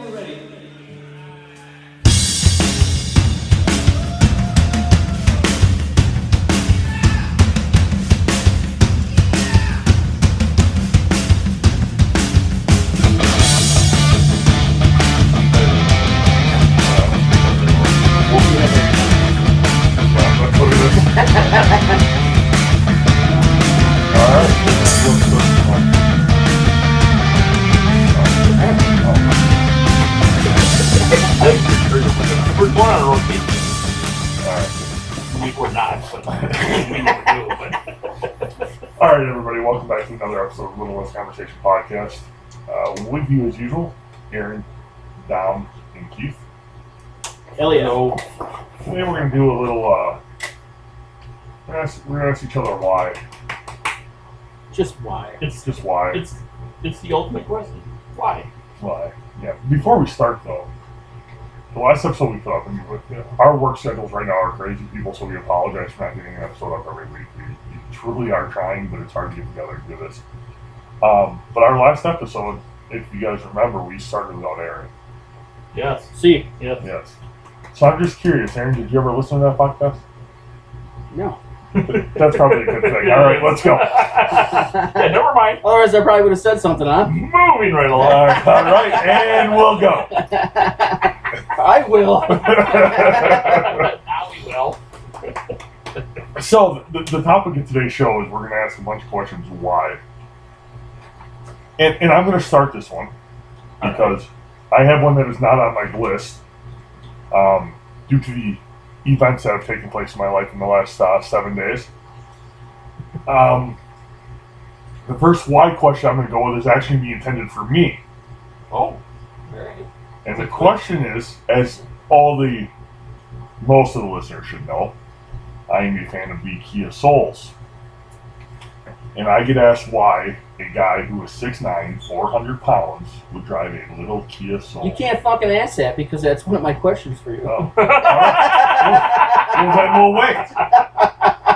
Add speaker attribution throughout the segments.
Speaker 1: we're ready.
Speaker 2: We're going on a road trip. We were not, but we never do.
Speaker 3: All right, everybody, welcome back to another episode of Little Less Conversation Podcast. Uh, with you, as usual, Aaron, Dom, and Keith.
Speaker 4: Hell
Speaker 3: So today we're going to do a little. Uh, we're going to ask each other why.
Speaker 2: Just why?
Speaker 3: It's just why.
Speaker 2: It's it's the ultimate question. Why?
Speaker 3: why. Yeah. Before we start though, the last episode we put up, I mean, with, you know, our work schedules right now are crazy, people. So we apologize for not getting an episode up every week. We, we truly are trying, but it's hard to get together and do this. Um, but our last episode, if you guys remember, we started without Aaron.
Speaker 2: Yes.
Speaker 4: See,
Speaker 2: Yes.
Speaker 3: Yes. So I'm just curious, Aaron, did you ever listen to that podcast?
Speaker 4: no.
Speaker 3: That's probably a good thing. All right, let's go.
Speaker 2: yeah, never mind.
Speaker 4: Otherwise, I probably would have said something, huh?
Speaker 2: Moving right
Speaker 3: All
Speaker 2: along.
Speaker 3: right, all right, and we'll go.
Speaker 4: I will.
Speaker 2: now we will.
Speaker 3: So the, the topic of today's show is we're going to ask a bunch of questions why, and and I'm going to start this one because I have one that is not on my list um, due to the events that have taken place in my life in the last uh, seven days. Um, the first why question I'm going to go with is actually be intended for me,
Speaker 2: Oh, very good.
Speaker 3: and the question is, as all the most of the listeners should know, I am a fan of the Kia Souls. And I get asked why a guy who is 6'9, 400 pounds would drive a little Kia Soul.
Speaker 4: You can't fucking ask that because that's one of my questions for you.
Speaker 3: Oh. All right. Well, then we'll wait.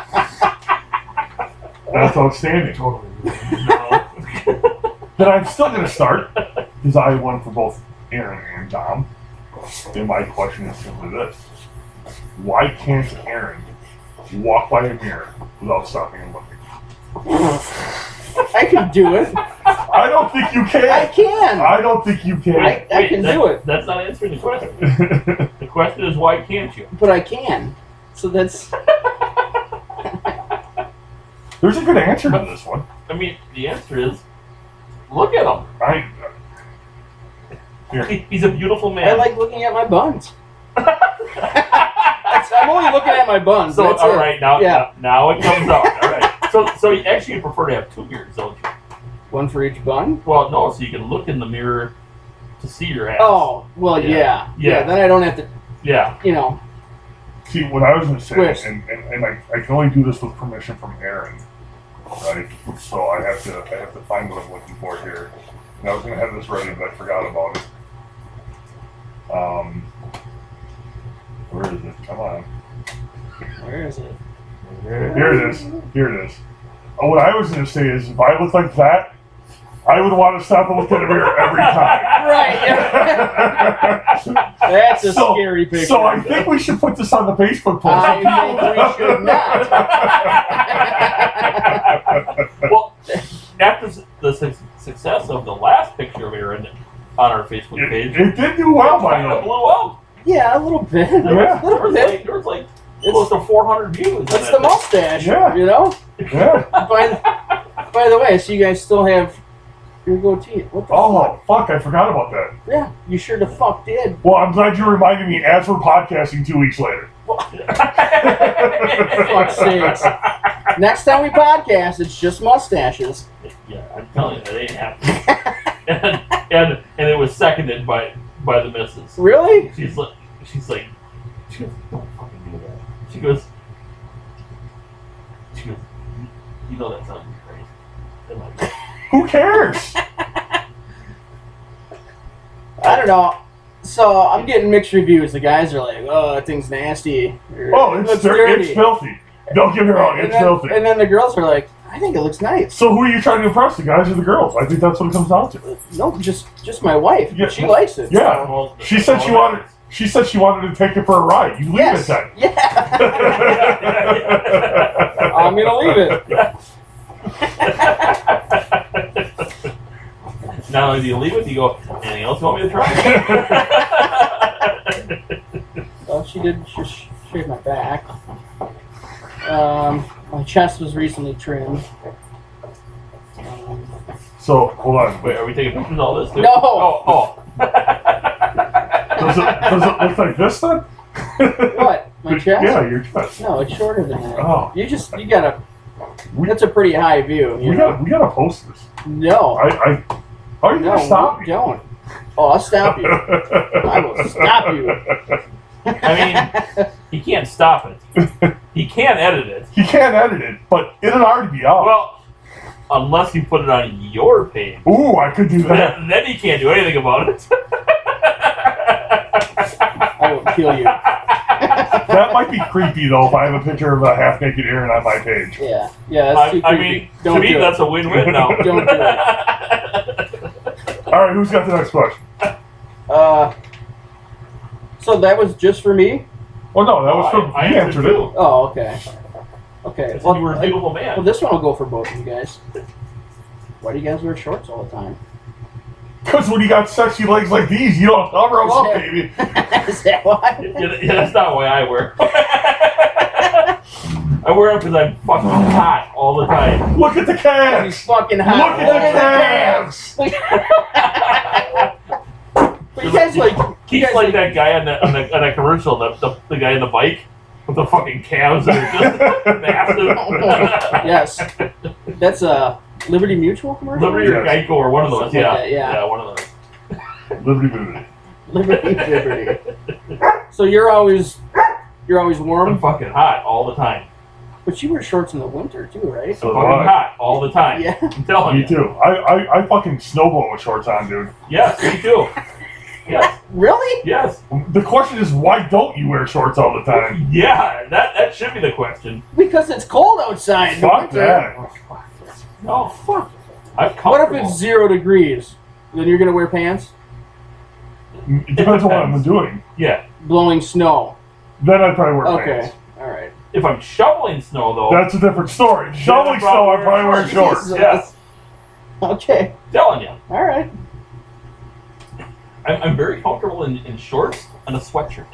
Speaker 3: That's outstanding.
Speaker 2: Totally. No.
Speaker 3: Then I'm still going to start because I have one for both Aaron and Dom. And my question is simply this Why can't Aaron walk by a mirror without stopping and looking?
Speaker 4: I can do it.
Speaker 3: I don't think you
Speaker 4: I
Speaker 3: can.
Speaker 4: can.
Speaker 3: I don't think you can.
Speaker 4: I, I can
Speaker 2: that-
Speaker 4: do it,
Speaker 2: That's not answering the question. The question is why can't you?
Speaker 4: but I can. So that's
Speaker 3: There's a good answer to this one.
Speaker 2: I mean, the answer is look at him.
Speaker 3: I
Speaker 2: He- He's a beautiful man.
Speaker 4: I like looking at my buns. That's- I'm only looking at my buns.
Speaker 2: So
Speaker 4: that's
Speaker 2: all
Speaker 4: it.
Speaker 2: right, now
Speaker 4: Yeah.
Speaker 2: now it comes out. All right. So so you actually prefer to have two mirrors, don't you?
Speaker 4: One for each bun.
Speaker 2: Well, no. So you can look in the mirror to see your ass.
Speaker 4: Oh well, yeah.
Speaker 2: Yeah.
Speaker 4: Yeah.
Speaker 2: Yeah.
Speaker 4: Then I don't have to,
Speaker 2: Yeah.
Speaker 4: you know.
Speaker 3: see what I was going to
Speaker 4: Twist.
Speaker 3: say, and, and, and I, I can only do this with permission from Aaron, right? So I have to I have to find what I'm looking for here. And I was going to have this ready, but I forgot about it. Um, where is it? Come on.
Speaker 4: Where is it?
Speaker 3: Here it is. Here it is. Uh, What I was going to say is, if I looked like that, I would want to stop and look in the mirror every time.
Speaker 4: Right. that's a
Speaker 3: So-
Speaker 4: scary picture.
Speaker 3: So I think we should put this on the Facebook post.
Speaker 4: I think we should not.
Speaker 2: well, after s- the su- success of the last picture of Aaron on our Facebook
Speaker 3: it,
Speaker 2: page,
Speaker 3: it did do well, by
Speaker 2: kind
Speaker 3: the
Speaker 2: of
Speaker 3: way.
Speaker 2: blew up.
Speaker 4: yeah, a little bit.
Speaker 2: There
Speaker 3: Yeah.
Speaker 2: was, there
Speaker 4: little
Speaker 2: was
Speaker 4: bit.
Speaker 2: like, there was like
Speaker 4: It's-
Speaker 2: close to 400 views.
Speaker 4: That's the mustache.
Speaker 3: Yeah.
Speaker 4: You know.
Speaker 3: Yeah.
Speaker 4: by, by the way, so you guys still have your goatee. What the
Speaker 3: Oh, fuck, I forgot about that.
Speaker 4: fuck? Yeah, you sure the fuck did.
Speaker 3: Well, I'm glad you reminded me as we're podcasting two weeks later.
Speaker 2: the.
Speaker 4: Fuck's sakes. Next time we podcast, it's just mustaches.
Speaker 2: Yeah, I'm telling you, that ain't happening. and, and and it was seconded by by the missus.
Speaker 4: Really?
Speaker 2: She's like, she's like, she goes, don't fucking do that. She goes, she goes, "You- you know that's not crazy. And like,
Speaker 3: Who cares?
Speaker 4: I don't know. So I'm getting mixed reviews. The guys are like, "Oh, that thing's nasty." or,
Speaker 3: Oh,
Speaker 4: "It looks
Speaker 3: it's, dir- it's filthy. Don't get me wrong,
Speaker 4: and,
Speaker 3: it's
Speaker 4: then,
Speaker 3: filthy.
Speaker 4: and then the girls are like, "I think it looks nice."
Speaker 3: So who are you trying to impress, the guys or the girls? I think that's what it comes down to.
Speaker 4: No, just just my wife.
Speaker 3: Yeah.
Speaker 4: she likes it.
Speaker 3: Yeah.
Speaker 2: well,
Speaker 3: She said she wanted. She said she wanted to take it for a ride. You leave
Speaker 4: Yes.
Speaker 3: it then.
Speaker 4: Yeah. I'm
Speaker 2: I'm
Speaker 4: gonna leave it.
Speaker 2: Not only do you leave it, you go, anything else you want me to try?
Speaker 4: Well, she did just shave my back. Um, my chest was recently trimmed. Um,
Speaker 3: So hold on.
Speaker 2: Wait, are we taking pictures of all this? Too?
Speaker 4: No.
Speaker 2: Oh, oh.
Speaker 3: Does it, does it look like this then?
Speaker 4: what? My chest?
Speaker 3: Yeah, your chest.
Speaker 4: No, it's shorter than that.
Speaker 3: Oh,
Speaker 4: You just you gotta.
Speaker 3: we,
Speaker 4: That's a pretty high view. You
Speaker 3: we
Speaker 4: know?
Speaker 3: got we gotta post this.
Speaker 4: No.
Speaker 3: I, I how are you
Speaker 4: No,
Speaker 3: gonna stop
Speaker 4: you
Speaker 3: me?
Speaker 4: don't. Oh, I'll stop you.
Speaker 3: I
Speaker 4: will stop you.
Speaker 2: I he can't stop it. He can't edit it.
Speaker 3: He can't edit it, but it'll already be out.
Speaker 2: Well, unless you put it on your page,
Speaker 3: Ooh, I could do that.
Speaker 2: then, then he can't do anything about it.
Speaker 4: I will kill you.
Speaker 3: that might be creepy though if I have a picture of a half naked Aaron on my page.
Speaker 4: Yeah, yeah, that's
Speaker 2: I,
Speaker 4: too
Speaker 2: I
Speaker 4: creepy.
Speaker 2: mean,
Speaker 4: don't
Speaker 2: to me,
Speaker 4: do it.
Speaker 2: that's a win-win now.
Speaker 4: Don't do
Speaker 3: Alright, who's got the next question?
Speaker 4: Uh, so that was just for me.
Speaker 3: Oh no, that was from
Speaker 2: I, I
Speaker 3: he answered it.
Speaker 4: Oh, okay, okay.
Speaker 2: It's
Speaker 4: Well,
Speaker 2: you were a
Speaker 4: I-
Speaker 2: beautiful man.
Speaker 4: well, this one will go for both of you guys. Why do you guys wear shorts all the time?
Speaker 3: Because when you got sexy legs like these, you don't cover them up, baby.
Speaker 4: Is that why?
Speaker 2: yeah, th- yeah, that's not why I wear. I wear them because I'm fucking hot all the time.
Speaker 3: Look at the
Speaker 4: He's
Speaker 3: calves.
Speaker 4: fucking
Speaker 3: Look
Speaker 4: hot.
Speaker 3: at the calves.
Speaker 4: the calves. But you guys like you
Speaker 2: Keith's
Speaker 4: guys
Speaker 2: like that guy on that on that, on that commercial, the, the, the guy on the bike with the fucking calves that are just
Speaker 4: Oh,
Speaker 2: massive.
Speaker 4: Yes, that's a uh, Liberty Mutual commercial.
Speaker 2: Liberty or Geico or one of those.
Speaker 4: Something
Speaker 2: Yeah.
Speaker 4: like that, yeah.
Speaker 2: one of those.
Speaker 3: Liberty Booty.
Speaker 4: Liberty, Liberty. So you're always you're always
Speaker 2: I'm
Speaker 4: warm,
Speaker 2: fucking hot all the time.
Speaker 4: but you wear shorts in the winter too, right?
Speaker 3: So
Speaker 2: I'm
Speaker 3: do I.
Speaker 2: fucking hot all the time.
Speaker 4: Yeah.
Speaker 2: I'm telling
Speaker 3: Me
Speaker 2: you.
Speaker 3: too. I, I, I fucking snowball with shorts on, dude.
Speaker 2: Yes, me too. Yes,
Speaker 4: Really?
Speaker 2: yes,
Speaker 3: The question is, why don't you wear shorts all the time?
Speaker 2: yeah. That that should be the question.
Speaker 4: Because it's cold outside. in the
Speaker 3: Fuck
Speaker 4: winter.
Speaker 3: that.
Speaker 2: No, fuck. I'm
Speaker 4: What if
Speaker 2: comfortable.
Speaker 4: it's zero degrees? Then you're gonna wear pants?
Speaker 3: It depends on what I'm doing.
Speaker 2: yeah.
Speaker 4: Blowing snow.
Speaker 3: Then I'd probably wear
Speaker 4: Okay.
Speaker 3: pants.
Speaker 4: All right.
Speaker 2: If I'm shoveling snow though,
Speaker 3: That's a different story. Shoveling
Speaker 2: Yeah,
Speaker 3: snow, I'd probably wear
Speaker 2: probably.
Speaker 3: shorts.
Speaker 2: yes,
Speaker 4: Okay.
Speaker 2: telling you,
Speaker 4: All right.
Speaker 2: I'm, I'm very comfortable in, in shorts and a sweatshirt.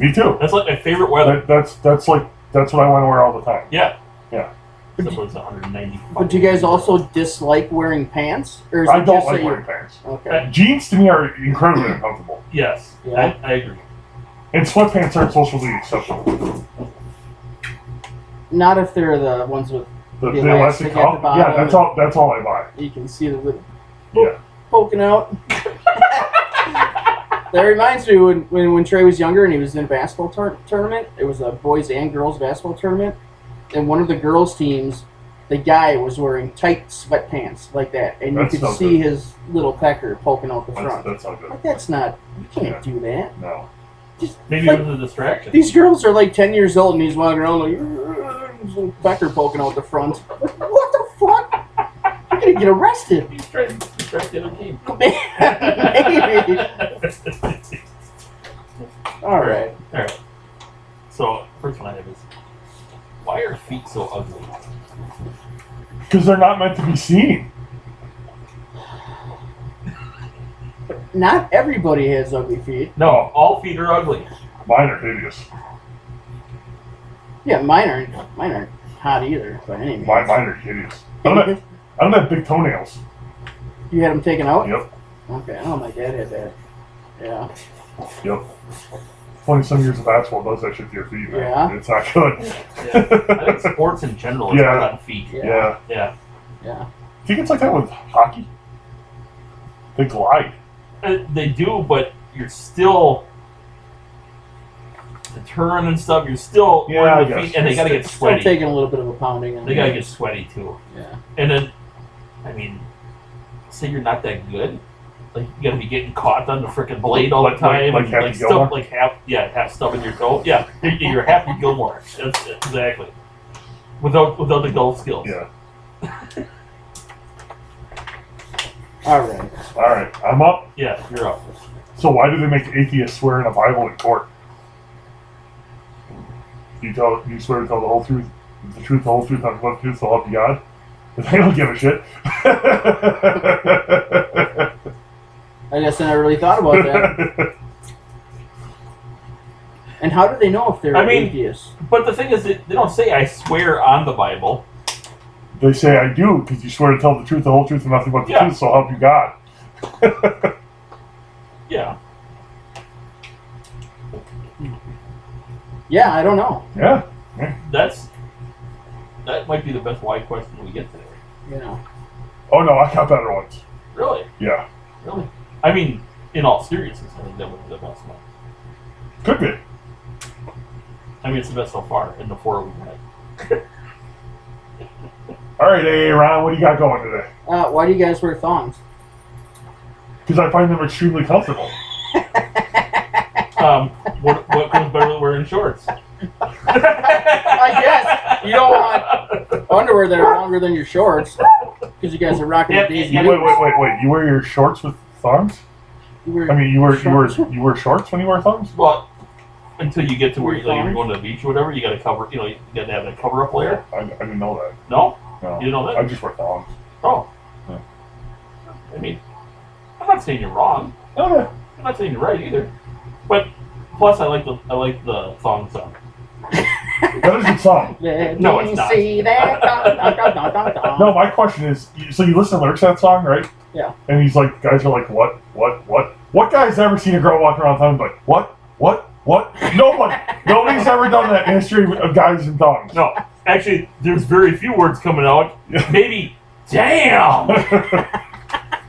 Speaker 3: Me too.
Speaker 2: That's like my favorite weather.
Speaker 3: That, that's that's like that's what I want to wear all the time.
Speaker 2: Yeah.
Speaker 3: Yeah.
Speaker 4: But
Speaker 2: Except when it's 190.
Speaker 4: But do you guys also dislike wearing pants? Or is
Speaker 3: I
Speaker 4: it
Speaker 3: don't
Speaker 4: just that
Speaker 3: like
Speaker 4: you-
Speaker 3: wearing pants.
Speaker 4: Okay.
Speaker 3: Jeans to me are incredibly uncomfortable,
Speaker 2: Yes,
Speaker 4: Yeah.
Speaker 2: I, I agree.
Speaker 3: and sweatpants aren't socially acceptable.
Speaker 4: Not if they're the ones with
Speaker 3: The,
Speaker 4: The
Speaker 3: the
Speaker 4: elastic
Speaker 3: elastic
Speaker 4: at the
Speaker 3: cuff, yeah,
Speaker 4: bottom.
Speaker 3: that's all. That's all I buy.
Speaker 4: you can see the little
Speaker 3: Yeah.
Speaker 4: poking out. that reminds me when, when when Trey was younger and he was in a basketball tour- tournament. It was a boys and girls basketball tournament, and one of the girls teams, the guy was wearing tight sweatpants like that, and
Speaker 3: That's
Speaker 4: you could
Speaker 3: not
Speaker 4: see
Speaker 3: good.
Speaker 4: his little pecker poking out the
Speaker 3: That's,
Speaker 4: front.
Speaker 3: that's not good.
Speaker 4: Like that's not. You can't do that.
Speaker 3: No.
Speaker 4: Just,
Speaker 2: Maybe
Speaker 4: like,
Speaker 2: it was a distraction.
Speaker 4: these girls are like ten years old, and he's walking around like "Ugh," his little pecker poking out the front. Like, what the fuck? You're gonna get arrested.
Speaker 2: He's trying to distract the other team.
Speaker 4: Maybe. All right.
Speaker 2: so, first one I have is why are feet so ugly?
Speaker 3: Because they're not meant to be seen.
Speaker 4: Not everybody has ugly feet.
Speaker 2: No, all feet are ugly.
Speaker 3: Mine are hideous.
Speaker 4: Yeah, mine aren't. Mine aren't hot either by any means.
Speaker 3: My, mine are hideous. I don't, have, I don't have big toenails.
Speaker 4: you had them taken out.
Speaker 3: Yep,
Speaker 4: Okay. Oh, my dad had that. Yeah.
Speaker 3: yep. Twenty some years of asphalt does that shit to your feet, man.
Speaker 4: Yeah.
Speaker 3: It's not good.
Speaker 2: Yeah. I think sports in general is
Speaker 3: Yeah.
Speaker 2: yeah. on feet.
Speaker 4: Yeah.
Speaker 3: yeah.
Speaker 2: Yeah.
Speaker 4: Yeah.
Speaker 3: Do you think it's like that with hockey? They glide.
Speaker 2: Uh, They do, but you're still the turn and stuff. You're still
Speaker 3: Yeah,
Speaker 2: wearing
Speaker 3: I
Speaker 2: the
Speaker 3: guess.
Speaker 2: feet, and they gotta get
Speaker 4: Still
Speaker 2: sweaty.
Speaker 4: taking a little bit of a pounding. in
Speaker 2: They
Speaker 4: there.
Speaker 2: gotta get sweaty too.
Speaker 4: Yeah.
Speaker 2: And then, I mean, say you're not that good. Like you gotta be getting caught on the frickin' blade all the
Speaker 3: Like- like-
Speaker 2: time,
Speaker 3: like
Speaker 2: and,
Speaker 3: Happy
Speaker 2: like
Speaker 3: Gilmore?
Speaker 2: stuff like half, yeah, half stubbing your toe. Yeah, you're, you're Happy Gilmore. That's exactly. Without without the golf skills.
Speaker 3: Yeah.
Speaker 4: All right.
Speaker 3: All right, I'm up.
Speaker 2: Yeah, you're up.
Speaker 3: So why do they make atheists swear in a Bible in court? You tell you swear to tell the whole truth, the truth, the whole truth, and the whole truth, so help you God. They don't give a shit.
Speaker 4: I guess I never really thought about that. and how do they know if they're
Speaker 2: I mean-
Speaker 4: atheists?
Speaker 2: But the thing is, that they don't say I swear on the Bible.
Speaker 3: they say I do because you swear to tell the truth, the whole truth, and nothing but the
Speaker 2: Yeah.
Speaker 3: truth, so help you God.
Speaker 2: Yeah.
Speaker 4: Yeah, I don't know.
Speaker 3: Yeah,
Speaker 2: That's that might be the best why question we get today.
Speaker 4: You know.
Speaker 3: Oh no, I got better ones.
Speaker 2: Really,
Speaker 3: Yeah,
Speaker 2: really. I mean, in all seriousness, I think that would be the best one.
Speaker 3: could be.
Speaker 2: I mean, it's the best so far in the four we've had.
Speaker 3: All right, hey Ron, what do you got going today?
Speaker 4: Uh, why do you guys wear thongs?
Speaker 3: Because I find them extremely comfortable.
Speaker 2: Um, what, what comes better than wearing shorts?
Speaker 4: I guess you don't want underwear that are longer than your shorts because you guys are rocking
Speaker 2: Yeah,
Speaker 4: the daisy.
Speaker 2: yeah,
Speaker 3: Wait,
Speaker 4: Dukes.
Speaker 3: wait, wait, wait. You wear your shorts with thongs?
Speaker 4: You wear-
Speaker 3: I mean, you wear you wear
Speaker 4: Shorts?
Speaker 3: you wear shorts when you wear thongs?
Speaker 2: Well, until you get to where like, you're going to the beach or whatever, you got to cover. You know, you got to have that cover up layer.
Speaker 3: I, I didn't know that.
Speaker 2: No,
Speaker 3: No.
Speaker 2: you know that.
Speaker 3: I just wear thongs.
Speaker 2: Oh.
Speaker 3: Yeah.
Speaker 2: I mean, I'm not saying you're wrong.
Speaker 3: Okay.
Speaker 2: I'm not saying you're right either. But plus, I like the I like the thong sound.
Speaker 3: That is a good song.
Speaker 4: Let
Speaker 2: No,
Speaker 4: me
Speaker 2: it's not.
Speaker 4: See that? Dun, dun, dun, dun, dun, dun.
Speaker 3: No, my question is, you- so you listen to lyrics to that song, right?
Speaker 4: Yeah.
Speaker 3: And he's like, guys are like, what, what, what? What guy's ever seen a girl walking around with thongs like, what, what, what? Nobody, nobody's ever done that in history of guys in thongs.
Speaker 2: No, actually, there's very few words coming out.
Speaker 3: Yeah.
Speaker 2: Maybe, damn,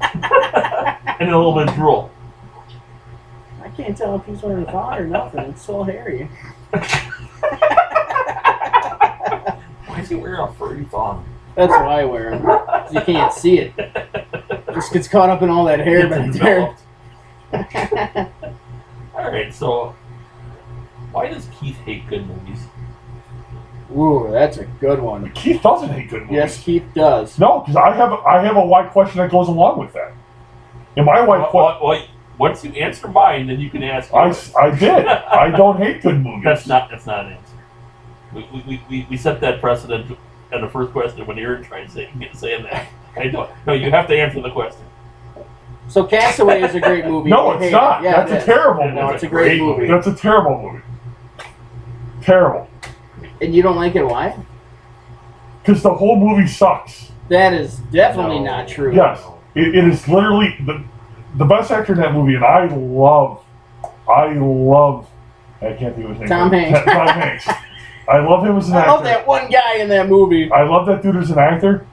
Speaker 2: and a little bit of drool.
Speaker 4: I can't tell if he's wearing a thong or nothing. It's so hairy.
Speaker 2: Why is he wearing a furry thong?
Speaker 4: That's what I wear 'em, 'cause You can't see it. Just gets caught up in all that hair back
Speaker 2: It's
Speaker 4: there.
Speaker 2: enveloped. All right, so why does Keith hate good movies?
Speaker 4: Ooh, that's a good one.
Speaker 3: Keith doesn't hate good movies.
Speaker 4: Yes, Keith does.
Speaker 3: No, because I have I have a why question that goes along with that. And my why
Speaker 2: Well,
Speaker 3: question.
Speaker 2: well, well, once you answer mine, then you can ask.
Speaker 3: I,
Speaker 2: yours.
Speaker 3: I did. I don't hate good movies.
Speaker 2: That's not that's not an answer. We we, we, we, we set that precedent at the first question when Aaron tried saying saying that. I don't. No, you have to answer the question.
Speaker 4: So Castaway is a great movie.
Speaker 3: no,
Speaker 4: You
Speaker 3: it's
Speaker 4: hate it.
Speaker 3: not.
Speaker 4: Yeah,
Speaker 3: That's
Speaker 4: it
Speaker 3: a
Speaker 4: is.
Speaker 3: terrible
Speaker 2: No,
Speaker 3: movie.
Speaker 4: it's a great movie.
Speaker 3: That's a terrible movie. Terrible.
Speaker 4: And you don't like it? Why?
Speaker 3: Because the whole movie sucks.
Speaker 4: That is definitely
Speaker 2: No.
Speaker 4: not true.
Speaker 3: Yes. It, it is literally the the best actor in that movie, and I love, I love. I can't think of his name.
Speaker 4: Tom Hanks.
Speaker 3: Tom Hanks. I love him as an
Speaker 4: I
Speaker 3: actor.
Speaker 4: love that one guy in that movie.
Speaker 3: I love that dude as an actor,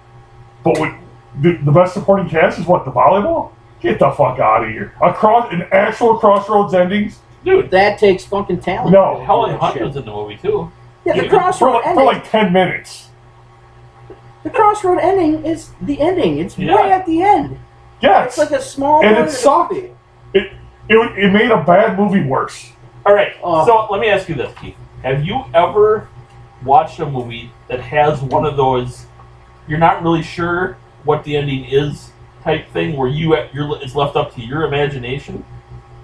Speaker 3: but when, the, the best supporting cast is what the volleyball. Get the fuck out of here! Across an actual crossroads endings.
Speaker 2: Dude,
Speaker 4: That takes fucking talent.
Speaker 3: No.
Speaker 4: to do
Speaker 2: Helen
Speaker 4: that
Speaker 2: Hunt
Speaker 4: shit.
Speaker 2: was in the movie too.
Speaker 4: Yeah, the
Speaker 2: Yeah,
Speaker 3: for,
Speaker 4: crossroad
Speaker 3: like, for
Speaker 4: ending.
Speaker 3: like 10 minutes.
Speaker 4: the crossroad ending is the ending. It's
Speaker 2: Yeah.
Speaker 4: right at the end.
Speaker 3: Yes.
Speaker 4: It's like a small.
Speaker 3: And
Speaker 4: part
Speaker 3: it
Speaker 4: of the
Speaker 3: sucked.
Speaker 4: movie.
Speaker 3: it, it made a bad movie worse.
Speaker 2: All right.
Speaker 4: Oh.
Speaker 2: So let me ask you this, Keith. Have you ever watched a movie that has one of those you're not really sure what the ending is type thing where you you're, it's left up to your imagination?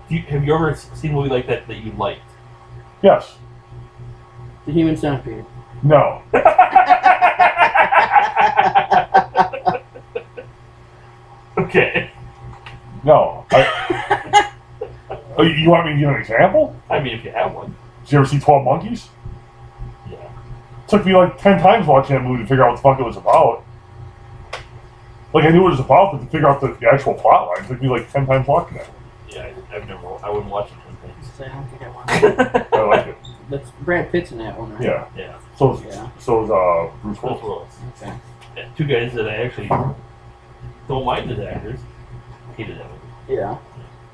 Speaker 2: Do you, have you ever seen a movie like that that you liked?
Speaker 3: Yes.
Speaker 4: The human centipede.
Speaker 3: No.
Speaker 2: Okay.
Speaker 3: No. I, Oh, you- you want me to give an example?
Speaker 2: I mean, if you have one.
Speaker 3: Did you ever see 12 Monkeys?
Speaker 2: Yeah.
Speaker 3: took me like 10 times watching that movie to figure out what the fuck it was about. Like, I knew what it was about, but to figure out the, the actual plot line took me like 10 times watching that.
Speaker 2: Yeah. I, I've never. I wouldn't watch it. ten times.
Speaker 4: So I don't think I want to
Speaker 3: I like it.
Speaker 4: That's Brad Pitt's in that one. Right?
Speaker 3: Yeah.
Speaker 2: yeah,
Speaker 3: So is,
Speaker 4: Yeah.
Speaker 3: so is uh, Bruce Willis.
Speaker 2: Bruce Willis.
Speaker 4: Okay.
Speaker 2: Yeah, two guys that I actually don't mind as actors. Hated that movie.
Speaker 4: Yeah.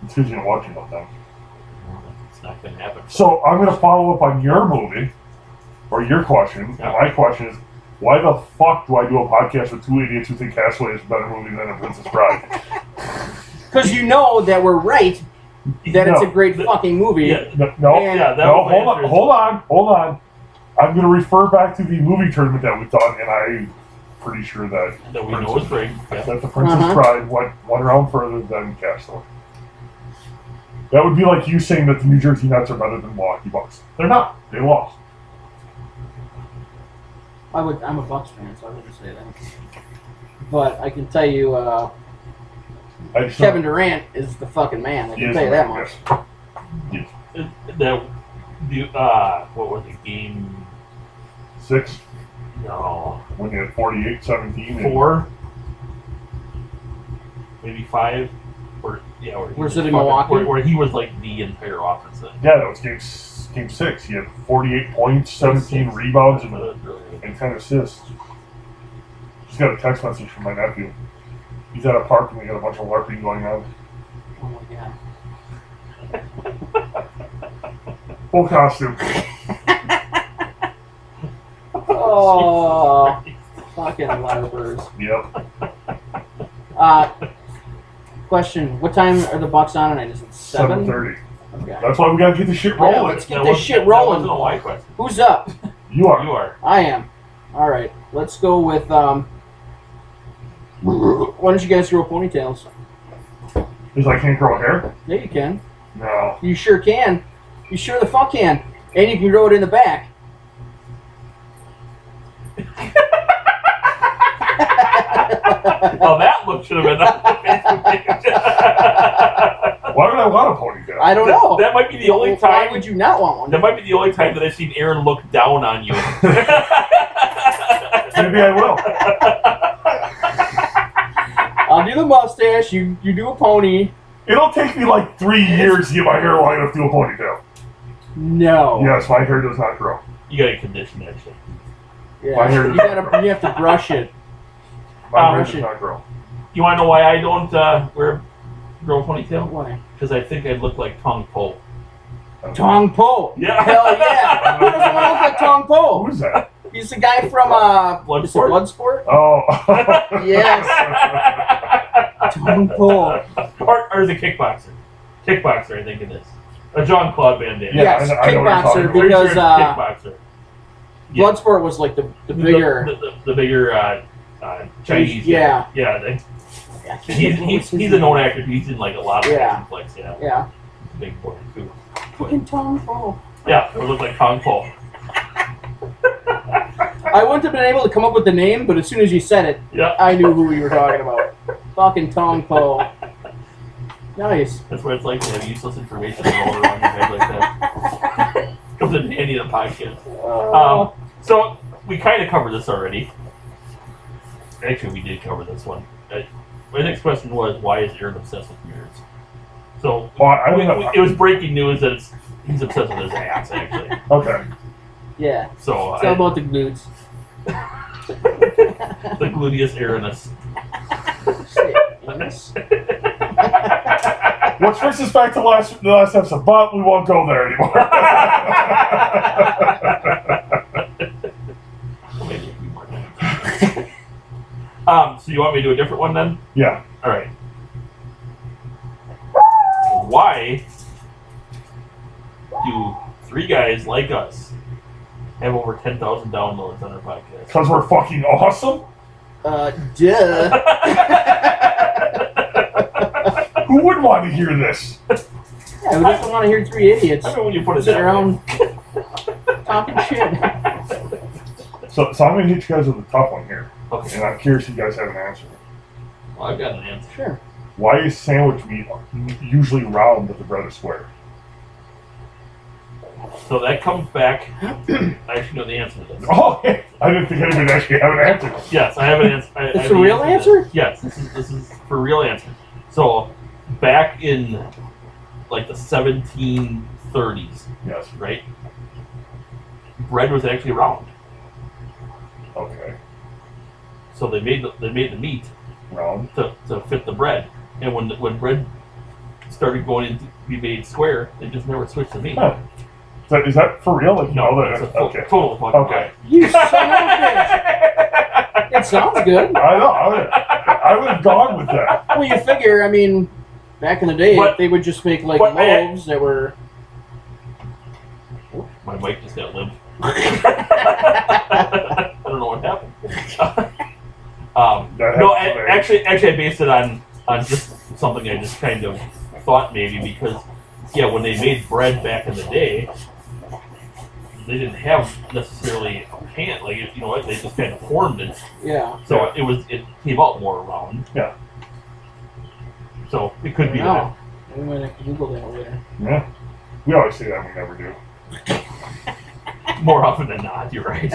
Speaker 3: It's because you didn't watch enough then.
Speaker 2: It's not going to happen.
Speaker 3: So I'm going to follow up on your movie or your question.
Speaker 2: Yeah.
Speaker 3: My question is, why the fuck do I do a podcast with two idiots who think Castaway is a better movie than A Princess Bride?
Speaker 4: Because you know that we're right. That it's a
Speaker 3: No.
Speaker 4: great
Speaker 2: but-
Speaker 4: fucking movie.
Speaker 2: Yeah,
Speaker 3: No, no,
Speaker 4: Yeah,
Speaker 2: yeah, that
Speaker 3: no
Speaker 2: was my
Speaker 3: hold on,
Speaker 2: answer.
Speaker 3: hold on, hold on. I'm going to refer back to the movie tournament that we've done, and I'm pretty sure that
Speaker 2: that we know is rigged. Yeah.
Speaker 3: that the Princess
Speaker 4: Uh-huh.
Speaker 3: Bride went one round further than Castaway. That would be like you saying that the New Jersey Nets are better than Milwaukee Bucks. They're not. They lost.
Speaker 4: I would. I'm a Bucks fan, so I wouldn't say that. But I can tell you, uh,
Speaker 3: I just
Speaker 4: Kevin Durant is the fucking man. I
Speaker 3: He
Speaker 4: can
Speaker 3: is
Speaker 4: tell you
Speaker 3: the
Speaker 4: that
Speaker 3: man,
Speaker 4: much.
Speaker 2: It- That the uh, what was it? Game
Speaker 3: six
Speaker 2: no
Speaker 3: when they had 48, 17, and
Speaker 2: four, maybe five, or yeah, or
Speaker 4: Was it in Milwaukee?
Speaker 2: Where, where he was like the entire offense. Then.
Speaker 3: Yeah, that was game, s- game six. He had 48 points, 17 rebounds, and, and 10 assists. Just got a text message from my nephew. He's at a park and we got a bunch of LARPing going on.
Speaker 4: Oh my god.
Speaker 3: Full costume.
Speaker 4: Oh, fucking lovers.
Speaker 3: Yep.
Speaker 4: Uh, question: What time are the Bucks on tonight? Is it seven?
Speaker 3: 7.30.
Speaker 4: Okay.
Speaker 3: That's why we got to get the shit
Speaker 4: Yeah,
Speaker 3: rolling.
Speaker 4: let's get this shit rolling.
Speaker 2: That wasn't a why question.
Speaker 4: Who's up?
Speaker 3: You are.
Speaker 2: You are.
Speaker 4: I am. All right. Let's go with um. Why don't you guys grow ponytails?
Speaker 3: Because I can't grow hair?
Speaker 4: Yeah, you can.
Speaker 3: No.
Speaker 4: You sure can. You sure the fuck can. And you can grow it in the back.
Speaker 2: Well, that look should have been on the Facebook page.
Speaker 3: Why would I want a ponytail?
Speaker 4: I don't know.
Speaker 2: That might be the only
Speaker 4: Well,
Speaker 2: time.
Speaker 4: Why would you not want
Speaker 2: That
Speaker 4: one?
Speaker 2: might be the only time that I've seen Aaron look down on you.
Speaker 3: Maybe I will.
Speaker 4: I'll do the mustache. You you do a pony.
Speaker 3: It'll take me like three years to get my hair lined up to a ponytail.
Speaker 4: No.
Speaker 3: Yes, my hair does not grow.
Speaker 2: you gotta condition that shit.
Speaker 4: Yeah.
Speaker 3: My hair-
Speaker 4: You gotta you have to brush it.
Speaker 3: My
Speaker 2: Um,
Speaker 3: hair does
Speaker 4: Oh, shit.
Speaker 3: not grow.
Speaker 2: You wanna know why I don't uh, wear girl ponytail?
Speaker 4: Why?
Speaker 2: Because I think I'd look like Tong Po.
Speaker 4: Tong Po.
Speaker 2: Yeah.
Speaker 4: Hell yeah. Who doesn't want to look like Tong Po?
Speaker 3: Who is that?
Speaker 4: He's the guy from uh
Speaker 2: Bloodsport?
Speaker 4: is it Bloodsport?
Speaker 3: Oh.
Speaker 4: Yes. Tong Po.
Speaker 2: or, or is it kickboxer? Kickboxer, I think it is. A John Claude Van Damme.
Speaker 3: Yeah,
Speaker 4: yes,
Speaker 3: I- I know what you're talking
Speaker 4: kickboxer
Speaker 3: about.
Speaker 2: Pretty sure
Speaker 4: because
Speaker 2: it's
Speaker 4: uh
Speaker 2: kickboxer. Yeah.
Speaker 4: Bloodsport was like the, the bigger
Speaker 2: the, the, the bigger uh, uh, Chinese.
Speaker 4: Yeah.
Speaker 2: guy. Yeah. They, he's, he's, he's a known actor. He's in like a lot of
Speaker 4: Yeah.
Speaker 2: action flicks. Yeah.
Speaker 4: Yeah.
Speaker 2: Big boy too.
Speaker 4: Fucking Tong Po.
Speaker 2: Yeah, it looked like Kong Po.
Speaker 4: I wouldn't have been able to come up with the name, but as soon as you said it,
Speaker 2: Yeah,
Speaker 4: I knew who you were talking about. Fucking Tong Po. Nice.
Speaker 2: that's what it's like to have useless information all around your head like that. Comes in handy in a podcast. Um, so we kind of covered this already. Actually, we did cover this one. Uh, my next question was, why is Aaron obsessed with mirrors? So
Speaker 3: Well, I
Speaker 2: we-
Speaker 3: don't
Speaker 2: we-
Speaker 3: know.
Speaker 2: it was breaking news that it's, he's obsessed with his ass, actually.
Speaker 3: Okay.
Speaker 4: yeah.
Speaker 2: So
Speaker 4: It's all about the glutes.
Speaker 2: I, the gluteus Aaronus.
Speaker 4: Shit, anus.
Speaker 3: Which brings us back to last the last episode, but we won't go there anymore.
Speaker 2: Maybe it'd be more than that. um, so you want me to do a different one then?
Speaker 3: yeah.
Speaker 2: All right. Why do three guys like us have over 10,000 downloads on our podcast?
Speaker 3: Because we're fucking awesome?
Speaker 4: Uh, duh.
Speaker 3: Who would want to hear this?
Speaker 4: Yeah, who doesn't want to hear three idiots
Speaker 2: I mean, when you put it
Speaker 4: sit
Speaker 2: down.
Speaker 4: around talking shit?
Speaker 3: So, so I'm going to hit you guys with a tough one here.
Speaker 2: Okay,
Speaker 3: And I'm curious if you guys have an answer.
Speaker 2: well, I've got an answer.
Speaker 4: Sure.
Speaker 3: Why is sandwich meat usually round but the bread is square?
Speaker 2: So that comes back. I actually know the answer to this.
Speaker 3: Oh, I didn't think anybody actually had an answer.
Speaker 2: Yes, I have an answer. I, I
Speaker 4: It's
Speaker 2: have
Speaker 4: a
Speaker 2: the
Speaker 4: real
Speaker 2: to
Speaker 4: answer?
Speaker 2: this. Yes, this is this is for real answer. So, back in like the seventeen 30s,
Speaker 3: Yes.
Speaker 2: right? Bread was actually round,
Speaker 3: Okay.
Speaker 2: so they made the, they made the meat
Speaker 3: Round.
Speaker 2: to, to fit the bread. And when the, when bread started going in to be made square, they just never switched the meat.
Speaker 3: Huh. Is that, is that for real? Like,
Speaker 2: No,
Speaker 3: that,
Speaker 2: it's a full,
Speaker 3: Oh, okay.
Speaker 2: total fucking
Speaker 3: Okay.
Speaker 4: You son of a bitch. It sounds good.
Speaker 3: I know. I would, I would have gone with that.
Speaker 4: Well, you figure, I mean, back in the day,
Speaker 2: But-
Speaker 4: they would just make like
Speaker 2: but I-
Speaker 4: loaves that were.
Speaker 2: lie. My mic just got limp. I don't know what happened. um,
Speaker 3: That
Speaker 2: no, I,
Speaker 3: happened to me.
Speaker 2: actually, actually, I based it on on just something I just kind of thought maybe because yeah, when they made bread back in the day, they didn't have necessarily a pan. Like you know, what, they just kind of formed it
Speaker 4: Yeah.
Speaker 2: So it was it came out more round.
Speaker 3: Yeah.
Speaker 2: So it could be
Speaker 4: No. I'm gonna Google that later.
Speaker 3: Yeah. We always say that. We never do.
Speaker 2: that. more often than not. You're right.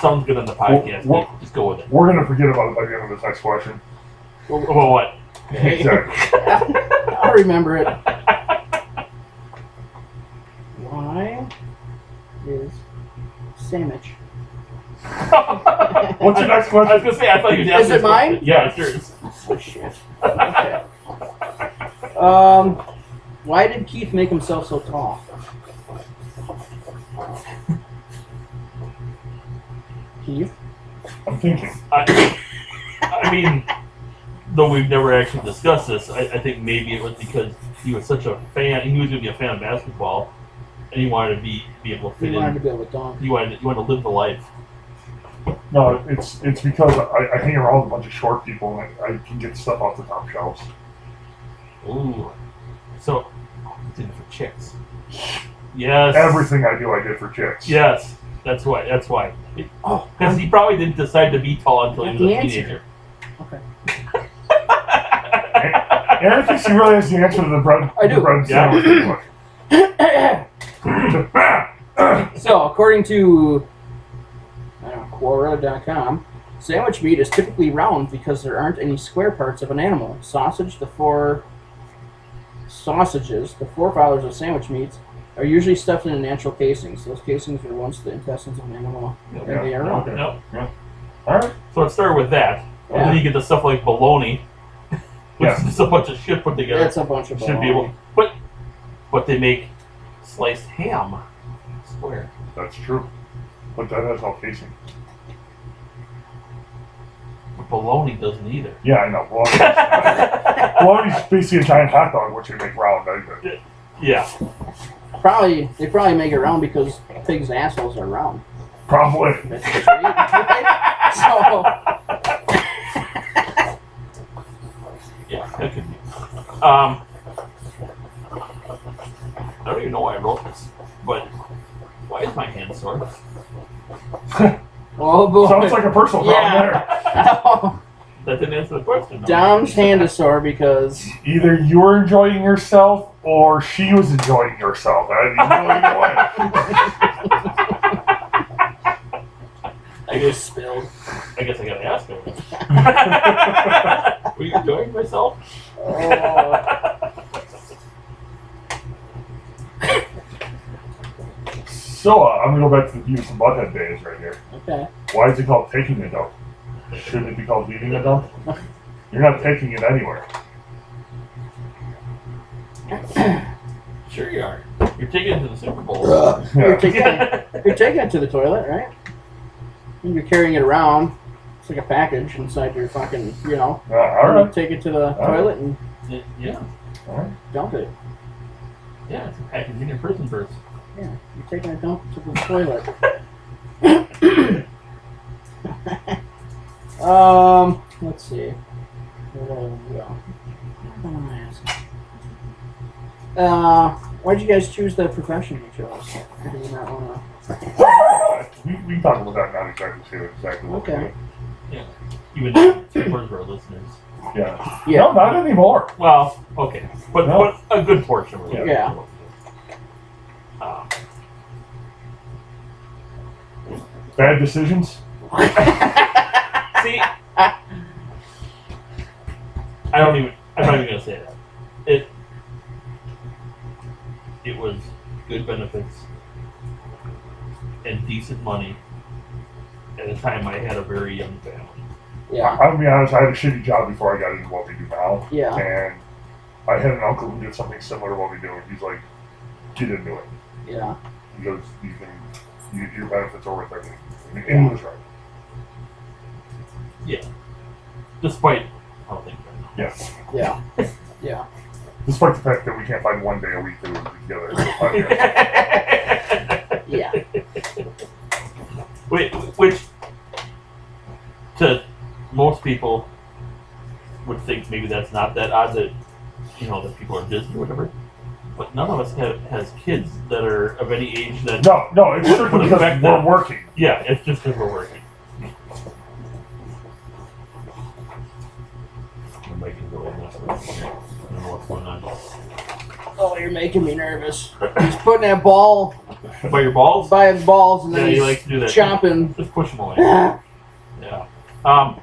Speaker 2: Sounds good on the podcast.
Speaker 3: Well,
Speaker 2: Nick. Just go with it.
Speaker 3: We're going to forget about it by the end of this next question.
Speaker 4: Well,
Speaker 2: Well, what?
Speaker 4: Hey.
Speaker 3: Exactly.
Speaker 4: I'll remember it. Why is sandwich?
Speaker 3: What's your next
Speaker 2: I was
Speaker 3: question?
Speaker 2: gonna say I thought you
Speaker 4: Is
Speaker 2: asked
Speaker 4: it
Speaker 2: this question.
Speaker 4: mine?
Speaker 2: Yeah, it's yours.
Speaker 4: Oh shit. Okay. Um, why did Keith make himself so tall? Keith,
Speaker 3: I'm thinking.
Speaker 2: I, I mean, though we've never actually discussed this, I, I think maybe it was because he was such a fan. He was gonna be a fan of basketball, and he wanted to be be able to
Speaker 4: he
Speaker 2: fit
Speaker 4: wanted to
Speaker 2: in.
Speaker 4: be able to dunk.
Speaker 2: You wanted you wanted to live the life.
Speaker 3: No, it's it's because I, I hang around with a bunch of short people and I, I can get stuff off the top shelves.
Speaker 2: Ooh. So, did it for chicks. Yes.
Speaker 3: Everything I do, I did for chicks.
Speaker 2: Yes. That's why. That's why.
Speaker 4: Oh,
Speaker 2: Because he probably didn't decide to be tall until he was
Speaker 4: The
Speaker 2: a
Speaker 4: answer.
Speaker 2: teenager.
Speaker 3: Aaron thinks he really has the answer to the bread.
Speaker 4: I do.
Speaker 3: The bread
Speaker 2: Yeah.
Speaker 3: sandwich.
Speaker 4: So, according to I don't know, Quora.com, sandwich meat is typically round because there aren't any square parts of an animal. Sausage, the four sausages, the forefathers of sandwich meats, are usually stuffed in natural casings. Those casings were once the intestines of an animal, and
Speaker 3: Yeah,
Speaker 4: they are round.
Speaker 3: okay.
Speaker 2: No.
Speaker 3: All right.
Speaker 2: So it started with that. And then
Speaker 4: Yeah.
Speaker 2: you get the stuff like bologna, which
Speaker 3: Yeah.
Speaker 2: is just a bunch of shit put together.
Speaker 4: That's a bunch of
Speaker 2: Should be
Speaker 4: baloney.
Speaker 2: able- But but they make sliced ham square.
Speaker 3: That's true. But that has no casing.
Speaker 2: But bologna doesn't either.
Speaker 3: Yeah, I know. Well, Bologna's basically a giant hot dog, which they make round. I think.
Speaker 2: yeah.
Speaker 4: Probably they probably make it round because pigs' assholes are round.
Speaker 3: Probably.
Speaker 4: That's what you're eating, right? So
Speaker 2: Yeah, that could be. Um, I don't even know why I wrote this, but why is my hand sore?
Speaker 4: oh boy.
Speaker 3: Sounds like a personal problem
Speaker 4: Yeah.
Speaker 2: That didn't answer the question.
Speaker 4: Dom's hand is sore because
Speaker 3: there. Either you were enjoying yourself or she was enjoying herself. I didn't know either way.
Speaker 4: I just spilled.
Speaker 2: I guess I gotta ask her. Were you enjoying myself?
Speaker 4: Oh.
Speaker 3: So uh, I'm gonna go back to the Beavis and Butthead days right here.
Speaker 4: okay.
Speaker 3: Why is it called taking a dump? Shouldn't it be called leaving a dump? You're not taking it anywhere.
Speaker 2: Sure you are. You're taking it to the Super Bowl.
Speaker 4: You're,
Speaker 3: Yeah.
Speaker 4: taking it, you're taking it to the toilet, right? And you're carrying it around. It's like a package inside your fucking, you know.
Speaker 3: Uh, all
Speaker 4: You
Speaker 3: right.
Speaker 4: take it to the
Speaker 3: right.
Speaker 4: toilet and
Speaker 2: Y- yeah,
Speaker 3: All right.
Speaker 4: dump it.
Speaker 2: yeah, it's a package in your prison first.
Speaker 4: Yeah, you're taking a dump to the toilet. um, let's see. Where do we go? What am I asking? Uh, why'd you guys choose the profession you chose? Or do you not wanna-
Speaker 3: We, we can talk about that not exactly sure exactly what we
Speaker 4: Okay.
Speaker 2: Even two words for our listeners.
Speaker 3: do. Yeah.
Speaker 4: Yeah.
Speaker 3: No, not anymore.
Speaker 2: Well, okay, but,
Speaker 3: No.
Speaker 2: but a good portion of it.
Speaker 4: Yeah.
Speaker 2: Um,
Speaker 3: Bad decisions.
Speaker 2: See, I don't even. I'm not even gonna say that. It. good benefits, and decent money. At the time, I had a very young family.
Speaker 3: I-
Speaker 4: Yeah.
Speaker 3: I'm gonna be honest. I had a shitty job before I got into what we do now,
Speaker 4: Yeah.
Speaker 3: and I had an uncle who did something similar to what we do, and he's like, "Get into it
Speaker 4: Yeah.
Speaker 3: because you can, you, your benefits are worth everything." And
Speaker 4: Yeah.
Speaker 3: he was right.
Speaker 2: Despite, I don't think. right now.
Speaker 3: Yes.
Speaker 4: Yeah. Yeah.
Speaker 3: Despite the fact that we can't find one day a week to do it together. Podcast.
Speaker 4: Yeah.
Speaker 2: Whi- which, to most people, would think maybe that's not that odd that you know that people are busy or whatever. But none of us have has kids that are of any age that.
Speaker 3: no, no, it's strictly
Speaker 2: Would
Speaker 3: because
Speaker 2: affect
Speaker 3: we're
Speaker 2: that.
Speaker 3: working.
Speaker 2: Yeah, it's just because we're working. I might be going that way. I don't know what's going on.
Speaker 4: Oh, you're making me nervous. He's putting that ball
Speaker 2: But your balls?
Speaker 4: by his balls and
Speaker 2: Yeah,
Speaker 4: then
Speaker 2: you
Speaker 4: he's
Speaker 2: like to do that.
Speaker 4: chomping.
Speaker 2: Just push them away. Yeah. Um,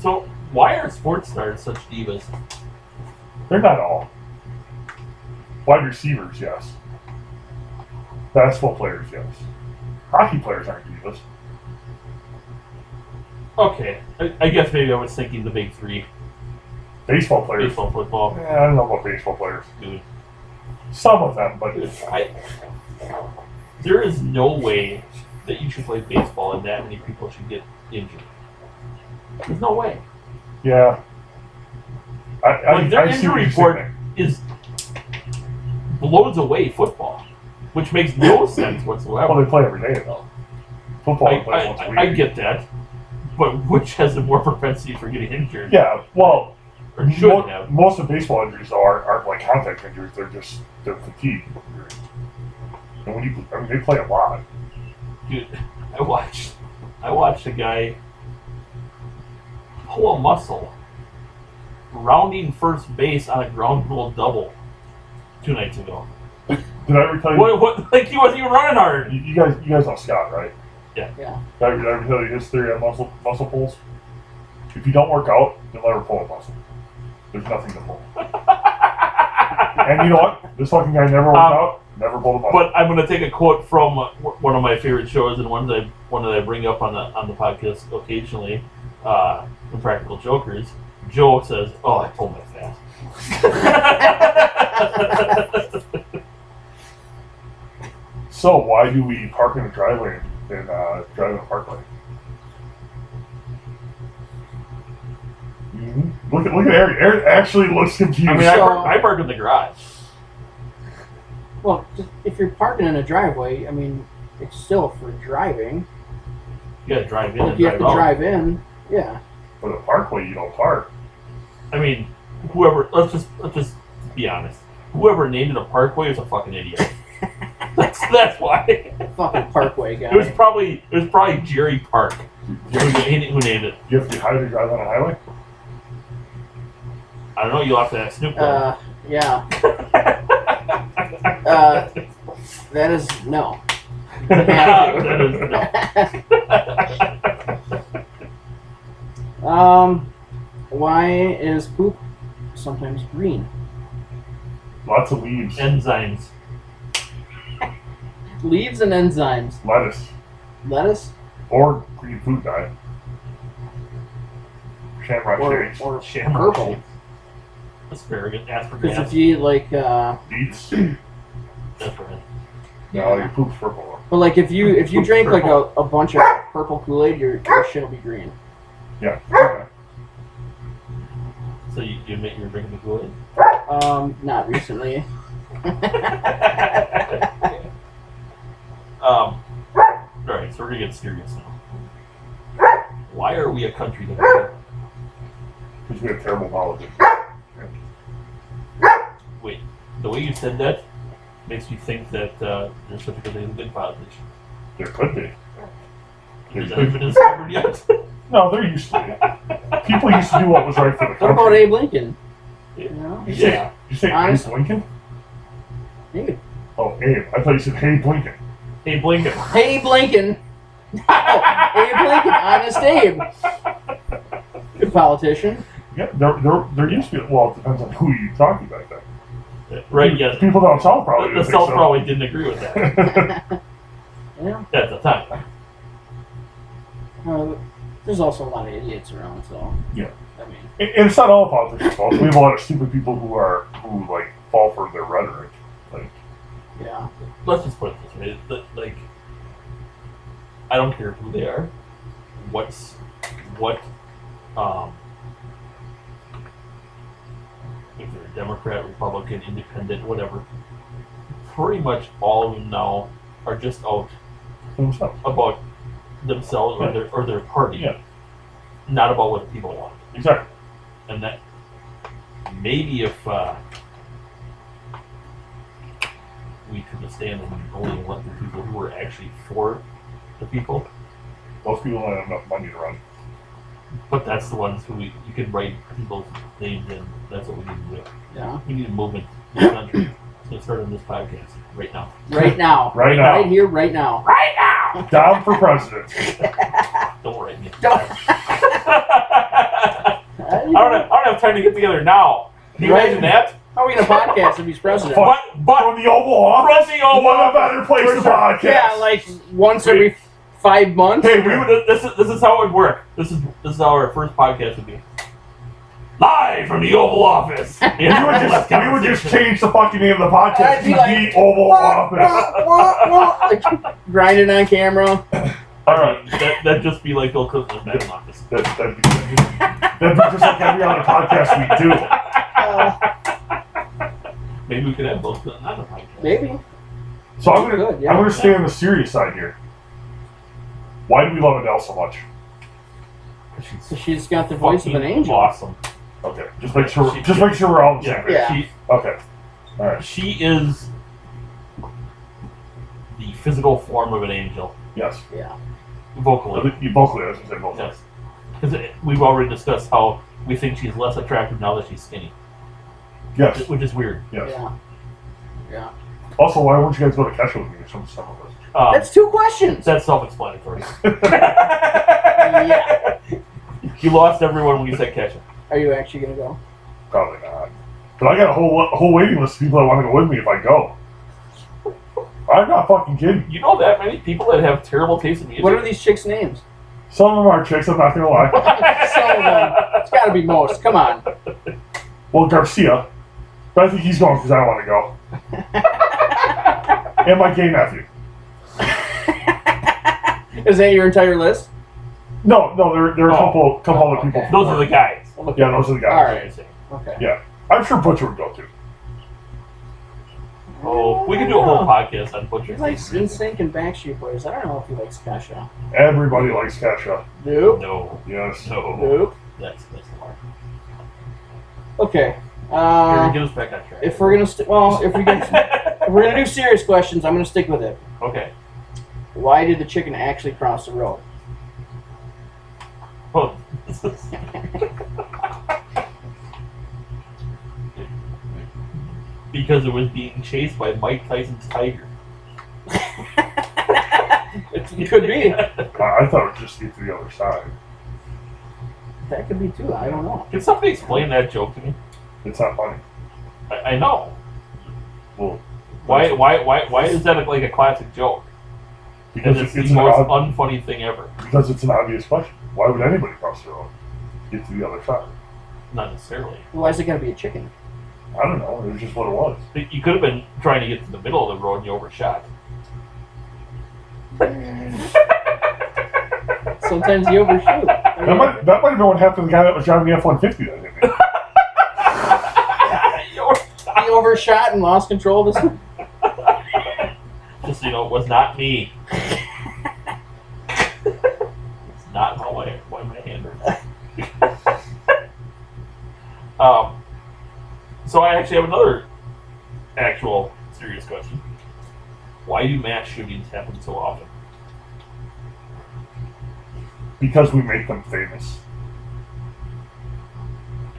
Speaker 2: so why are sports stars such divas?
Speaker 3: They're not all. Wide receivers, yes. Basketball players, yes. Hockey players aren't divas.
Speaker 2: Okay, I, I guess maybe I was thinking the big three:
Speaker 3: Baseball players.
Speaker 2: baseball, football,
Speaker 3: Eh, I don't know about baseball players.
Speaker 2: dude.
Speaker 3: Some of them, but
Speaker 2: I, there is no way that you should play baseball and that many people should get injured. There's no way.
Speaker 3: yeah. I, I,
Speaker 2: Like, their
Speaker 3: I see what
Speaker 2: injury
Speaker 3: you're
Speaker 2: report-
Speaker 3: saying.
Speaker 2: Is blows away football, which makes no sense
Speaker 3: Well,
Speaker 2: whatsoever.
Speaker 3: they play every day, though. Football,
Speaker 2: I,
Speaker 3: they play
Speaker 2: I,
Speaker 3: once a
Speaker 2: I,
Speaker 3: week.
Speaker 2: I get that, but which has a more propensity for getting injured?
Speaker 3: Yeah, well,
Speaker 2: or should
Speaker 3: mo-
Speaker 2: have.
Speaker 3: most of baseball injuries though, aren't, aren't like contact injuries. They're just they're fatigue. injuries. And when you, I mean, they play a lot.
Speaker 2: Dude, I watched I watched a guy pull a muscle rounding first base on a ground rule double two nights ago.
Speaker 3: Did I ever tell you?
Speaker 2: What, what like he wasn't even running hard.
Speaker 3: You, you guys, you guys know Scott, right?
Speaker 2: Yeah.
Speaker 4: Yeah.
Speaker 3: Did I, did I ever tell you his theory on muscle muscle pulls? If you don't work out, you'll never pull a muscle. There's nothing to pull. and you know what? This fucking guy never worked
Speaker 2: Um,
Speaker 3: out, never pulled a muscle.
Speaker 2: But I'm gonna take a quote from one of my favorite shows and one that I, one that I bring up on the on the podcast occasionally, uh, Impractical Jokers. Joe says, "Oh, I pulled my fast."
Speaker 3: so why do we park in the driveway and uh, drive in a parkway? Mhm. Look at look at Eric. Eric actually looks confused.
Speaker 2: I mean, I
Speaker 4: So-
Speaker 2: park, I park in the garage.
Speaker 4: Well, just- if you're parking in a driveway, I mean, it's still for driving.
Speaker 2: You gotta drive
Speaker 4: If
Speaker 2: in. and
Speaker 4: Oh, you have to
Speaker 2: out.
Speaker 4: drive in, yeah.
Speaker 3: But a parkway, you don't park.
Speaker 2: I mean, whoever. Let's just let's just be honest. Whoever named it a parkway is a fucking idiot. that's that's why. It
Speaker 4: Fucking parkway
Speaker 2: was
Speaker 4: guy.
Speaker 2: probably it was probably Jerry Park who, named- who named it.
Speaker 3: You have to be hired to drive on a highway.
Speaker 2: I don't know. You'll have to ask Snoop. Dogg.
Speaker 4: Uh, yeah. Uh, that is no.
Speaker 2: That is- no.
Speaker 4: Um, why is poop sometimes green?
Speaker 3: Lots of leaves,
Speaker 2: Enzymes.
Speaker 4: Leaves and enzymes.
Speaker 3: lettuce,
Speaker 4: Lettuce
Speaker 3: or green food dye. Shamrock
Speaker 4: or,
Speaker 3: shakes,
Speaker 4: or
Speaker 2: Shamrock.
Speaker 4: purple.
Speaker 2: Asparagus.
Speaker 4: Because if
Speaker 2: Asparagus.
Speaker 4: you eat like, uh,
Speaker 3: beets.
Speaker 2: Asparagus.
Speaker 3: No, your poop's purple.
Speaker 4: but like if you if you drink like a, a bunch of purple Kool Aid, your, your shit will be green.
Speaker 3: Yeah. Okay.
Speaker 2: So you, you admit you're drinking the Kool-Aid?
Speaker 4: Um, not recently.
Speaker 2: um, alright, so we're gonna get serious now. Why are we a country that
Speaker 3: Because we have terrible politics.
Speaker 2: wait, the way you said that makes me think that uh, there's such a good thing as a good politician.
Speaker 3: There could be.
Speaker 2: Is that even discovered yet?
Speaker 3: No, there used to be. People used to do what was right for the
Speaker 4: What about
Speaker 3: country.
Speaker 4: Abe Lincoln? You know?
Speaker 3: You say-
Speaker 2: Yeah.
Speaker 3: You say Abe
Speaker 4: Honest-
Speaker 3: Lincoln?
Speaker 4: Dude.
Speaker 3: Oh, Abe. I thought you said Hey Lincoln.
Speaker 2: Hey Blinken.
Speaker 4: Abe Lincoln. Abe Lincoln, honest Abe. Good politician.
Speaker 3: Yeah, there, there, there used to be. Well, it depends on who you talking about. Then
Speaker 2: right? Yes.
Speaker 3: People down south probably
Speaker 2: The
Speaker 3: didn't
Speaker 2: self
Speaker 3: think
Speaker 2: probably didn't agree with that
Speaker 3: so.
Speaker 4: Yeah.
Speaker 2: at the time.
Speaker 4: Uh, there's also a lot of idiots around, so.
Speaker 3: Yeah.
Speaker 4: I mean,
Speaker 3: and, and it's not all politicians' fault. We have a lot of stupid people who are who like fall for their rhetoric. Like
Speaker 4: yeah.
Speaker 2: Let's just put it this way: that, like, I don't care who they are, what's what, um, if they're Democrat, Republican, Independent, whatever. Pretty much all of them now are just out
Speaker 3: themselves.
Speaker 2: about themselves or their or their party,
Speaker 3: Yeah.
Speaker 2: not about what people want.
Speaker 3: Exactly.
Speaker 2: and that maybe if uh, we took a stand and only let the people who were actually for the people,
Speaker 3: Most people don't have enough money to run.
Speaker 2: but that's the ones who we, you can write people's names in. That's what we need to do.
Speaker 4: Yeah.
Speaker 2: We need a movement in the country. Let's start on this podcast right now.
Speaker 4: Right now.
Speaker 3: Right
Speaker 4: Right
Speaker 3: now,
Speaker 4: here, right now.
Speaker 2: Right now!
Speaker 3: down for president.
Speaker 2: Don't worry, Nick.
Speaker 4: Don't-
Speaker 2: I,
Speaker 4: I
Speaker 2: don't have, I don't have time to get together now. Can you
Speaker 4: Right.
Speaker 2: imagine that?
Speaker 4: How are we gonna podcast if he's president?
Speaker 3: Fuck.
Speaker 2: But, but,
Speaker 3: From the Oval Office.
Speaker 2: from the Oval
Speaker 3: What a better place to podcast.
Speaker 4: Yeah, like once every five months.
Speaker 3: hey, we
Speaker 2: We
Speaker 3: would.
Speaker 2: would, this is this is how it would work. This is this is how our first podcast would be. Live from the Oval Office.
Speaker 3: We would, just, we would just change the fucking name of the podcast
Speaker 4: I'd
Speaker 3: to
Speaker 4: be like,
Speaker 3: the Oval
Speaker 4: Wah,
Speaker 3: Office.
Speaker 4: wah, wah, wah, like, grinding on camera.
Speaker 3: All right,
Speaker 2: uh, that that'd just be like oh, Bill Clinton's Battle Office.
Speaker 3: that, that'd be good. That'd be just like every other podcast we do.
Speaker 4: Uh,
Speaker 2: Maybe we could have Bill Clinton on the podcast.
Speaker 4: maybe.
Speaker 3: So I'm gonna,
Speaker 4: Good, yeah.
Speaker 3: I'm gonna stay on the serious side here. Why do we love Adele so much?
Speaker 4: So she's got the voice of an
Speaker 2: Fucking
Speaker 4: angel.
Speaker 2: Awesome.
Speaker 3: Okay, just make sure, just make sure we're all on the same page.
Speaker 4: Yeah.
Speaker 2: She
Speaker 3: Okay, all right.
Speaker 2: she is the physical form of an angel,
Speaker 3: Yes,
Speaker 4: Yeah.
Speaker 2: vocally.
Speaker 3: you vocally, I should say vocally.
Speaker 2: Yes. Because we've already discussed how we think she's less attractive now that she's skinny,
Speaker 3: Yes,
Speaker 2: which is weird.
Speaker 3: yes.
Speaker 4: Yeah. Yeah.
Speaker 3: Also, why won't you guys go to Kesha with me or some some of us?
Speaker 2: Um,
Speaker 4: That's two questions.
Speaker 2: That's self-explanatory.
Speaker 4: Yeah.
Speaker 2: You lost everyone when you said Kesha.
Speaker 4: Are you actually gonna go?
Speaker 3: Probably not. But I got a whole a whole waiting list of people that want to go with me if I go. I'm not fucking kidding.
Speaker 2: You know that many people that have terrible taste in music.
Speaker 4: What are these chicks' names?
Speaker 3: Some of them are chicks. I'm not gonna lie.
Speaker 4: Some of them. It's gotta be most. Come on.
Speaker 3: Well, Garcia, but I think he's going because I want to go. and my gay nephew.
Speaker 4: Is that your entire list?
Speaker 3: No, no, there, there are a
Speaker 2: Oh.
Speaker 3: couple, couple other people.
Speaker 2: Those are the guys.
Speaker 3: Yeah, those are the guys.
Speaker 4: All right. Okay.
Speaker 3: I'm sure Butcher would go too.
Speaker 2: Oh, we could do a whole podcast on
Speaker 4: He
Speaker 2: butchers.
Speaker 4: likes NSYNC and Backstreet Boys. I don't know if he likes Kesha.
Speaker 3: Everybody likes Kesha.
Speaker 4: Nope.
Speaker 2: No,
Speaker 3: Yes.
Speaker 2: no,
Speaker 4: Nope.
Speaker 2: that's that's hard.
Speaker 4: Okay.
Speaker 2: Here,
Speaker 4: Uh,
Speaker 2: get us back on track.
Speaker 4: if we're gonna st- well, if we get, if we're gonna do serious questions, I'm gonna stick with it.
Speaker 2: okay.
Speaker 4: Why did the chicken actually cross the road?
Speaker 2: Oh, this is- because it was being chased by Mike Tyson's tiger.
Speaker 4: It could be.
Speaker 3: I, I thought it would just be to the other side.
Speaker 4: That could be too. I don't know.
Speaker 2: Can somebody explain that joke to me?
Speaker 3: It's not funny.
Speaker 2: I, I know.
Speaker 3: Well,
Speaker 2: Why, why, why, why is that like a classic joke?
Speaker 3: because
Speaker 2: And
Speaker 3: it's,
Speaker 2: it's the
Speaker 3: an
Speaker 2: most
Speaker 3: ob-
Speaker 2: unfunny thing ever.
Speaker 3: because it's an obvious question. Why would anybody cross the road? Get to the other side.
Speaker 2: Not necessarily.
Speaker 4: Why is it gonna be a chicken?
Speaker 3: I don't know. It was just what it was.
Speaker 2: But You could have been trying to get to the middle of the road and you overshot.
Speaker 4: Sometimes you overshoot. I
Speaker 3: That
Speaker 4: mean,
Speaker 3: might, that might have been what happened to the guy that was driving the F one fifty that hit me.
Speaker 2: You over-
Speaker 4: he overshot and lost control of his.
Speaker 2: Just so you know, it was not me. it's not how I why my hand hurts. um, so I actually have another actual serious question. Why do mass shootings happen so often?
Speaker 3: Because we make them famous.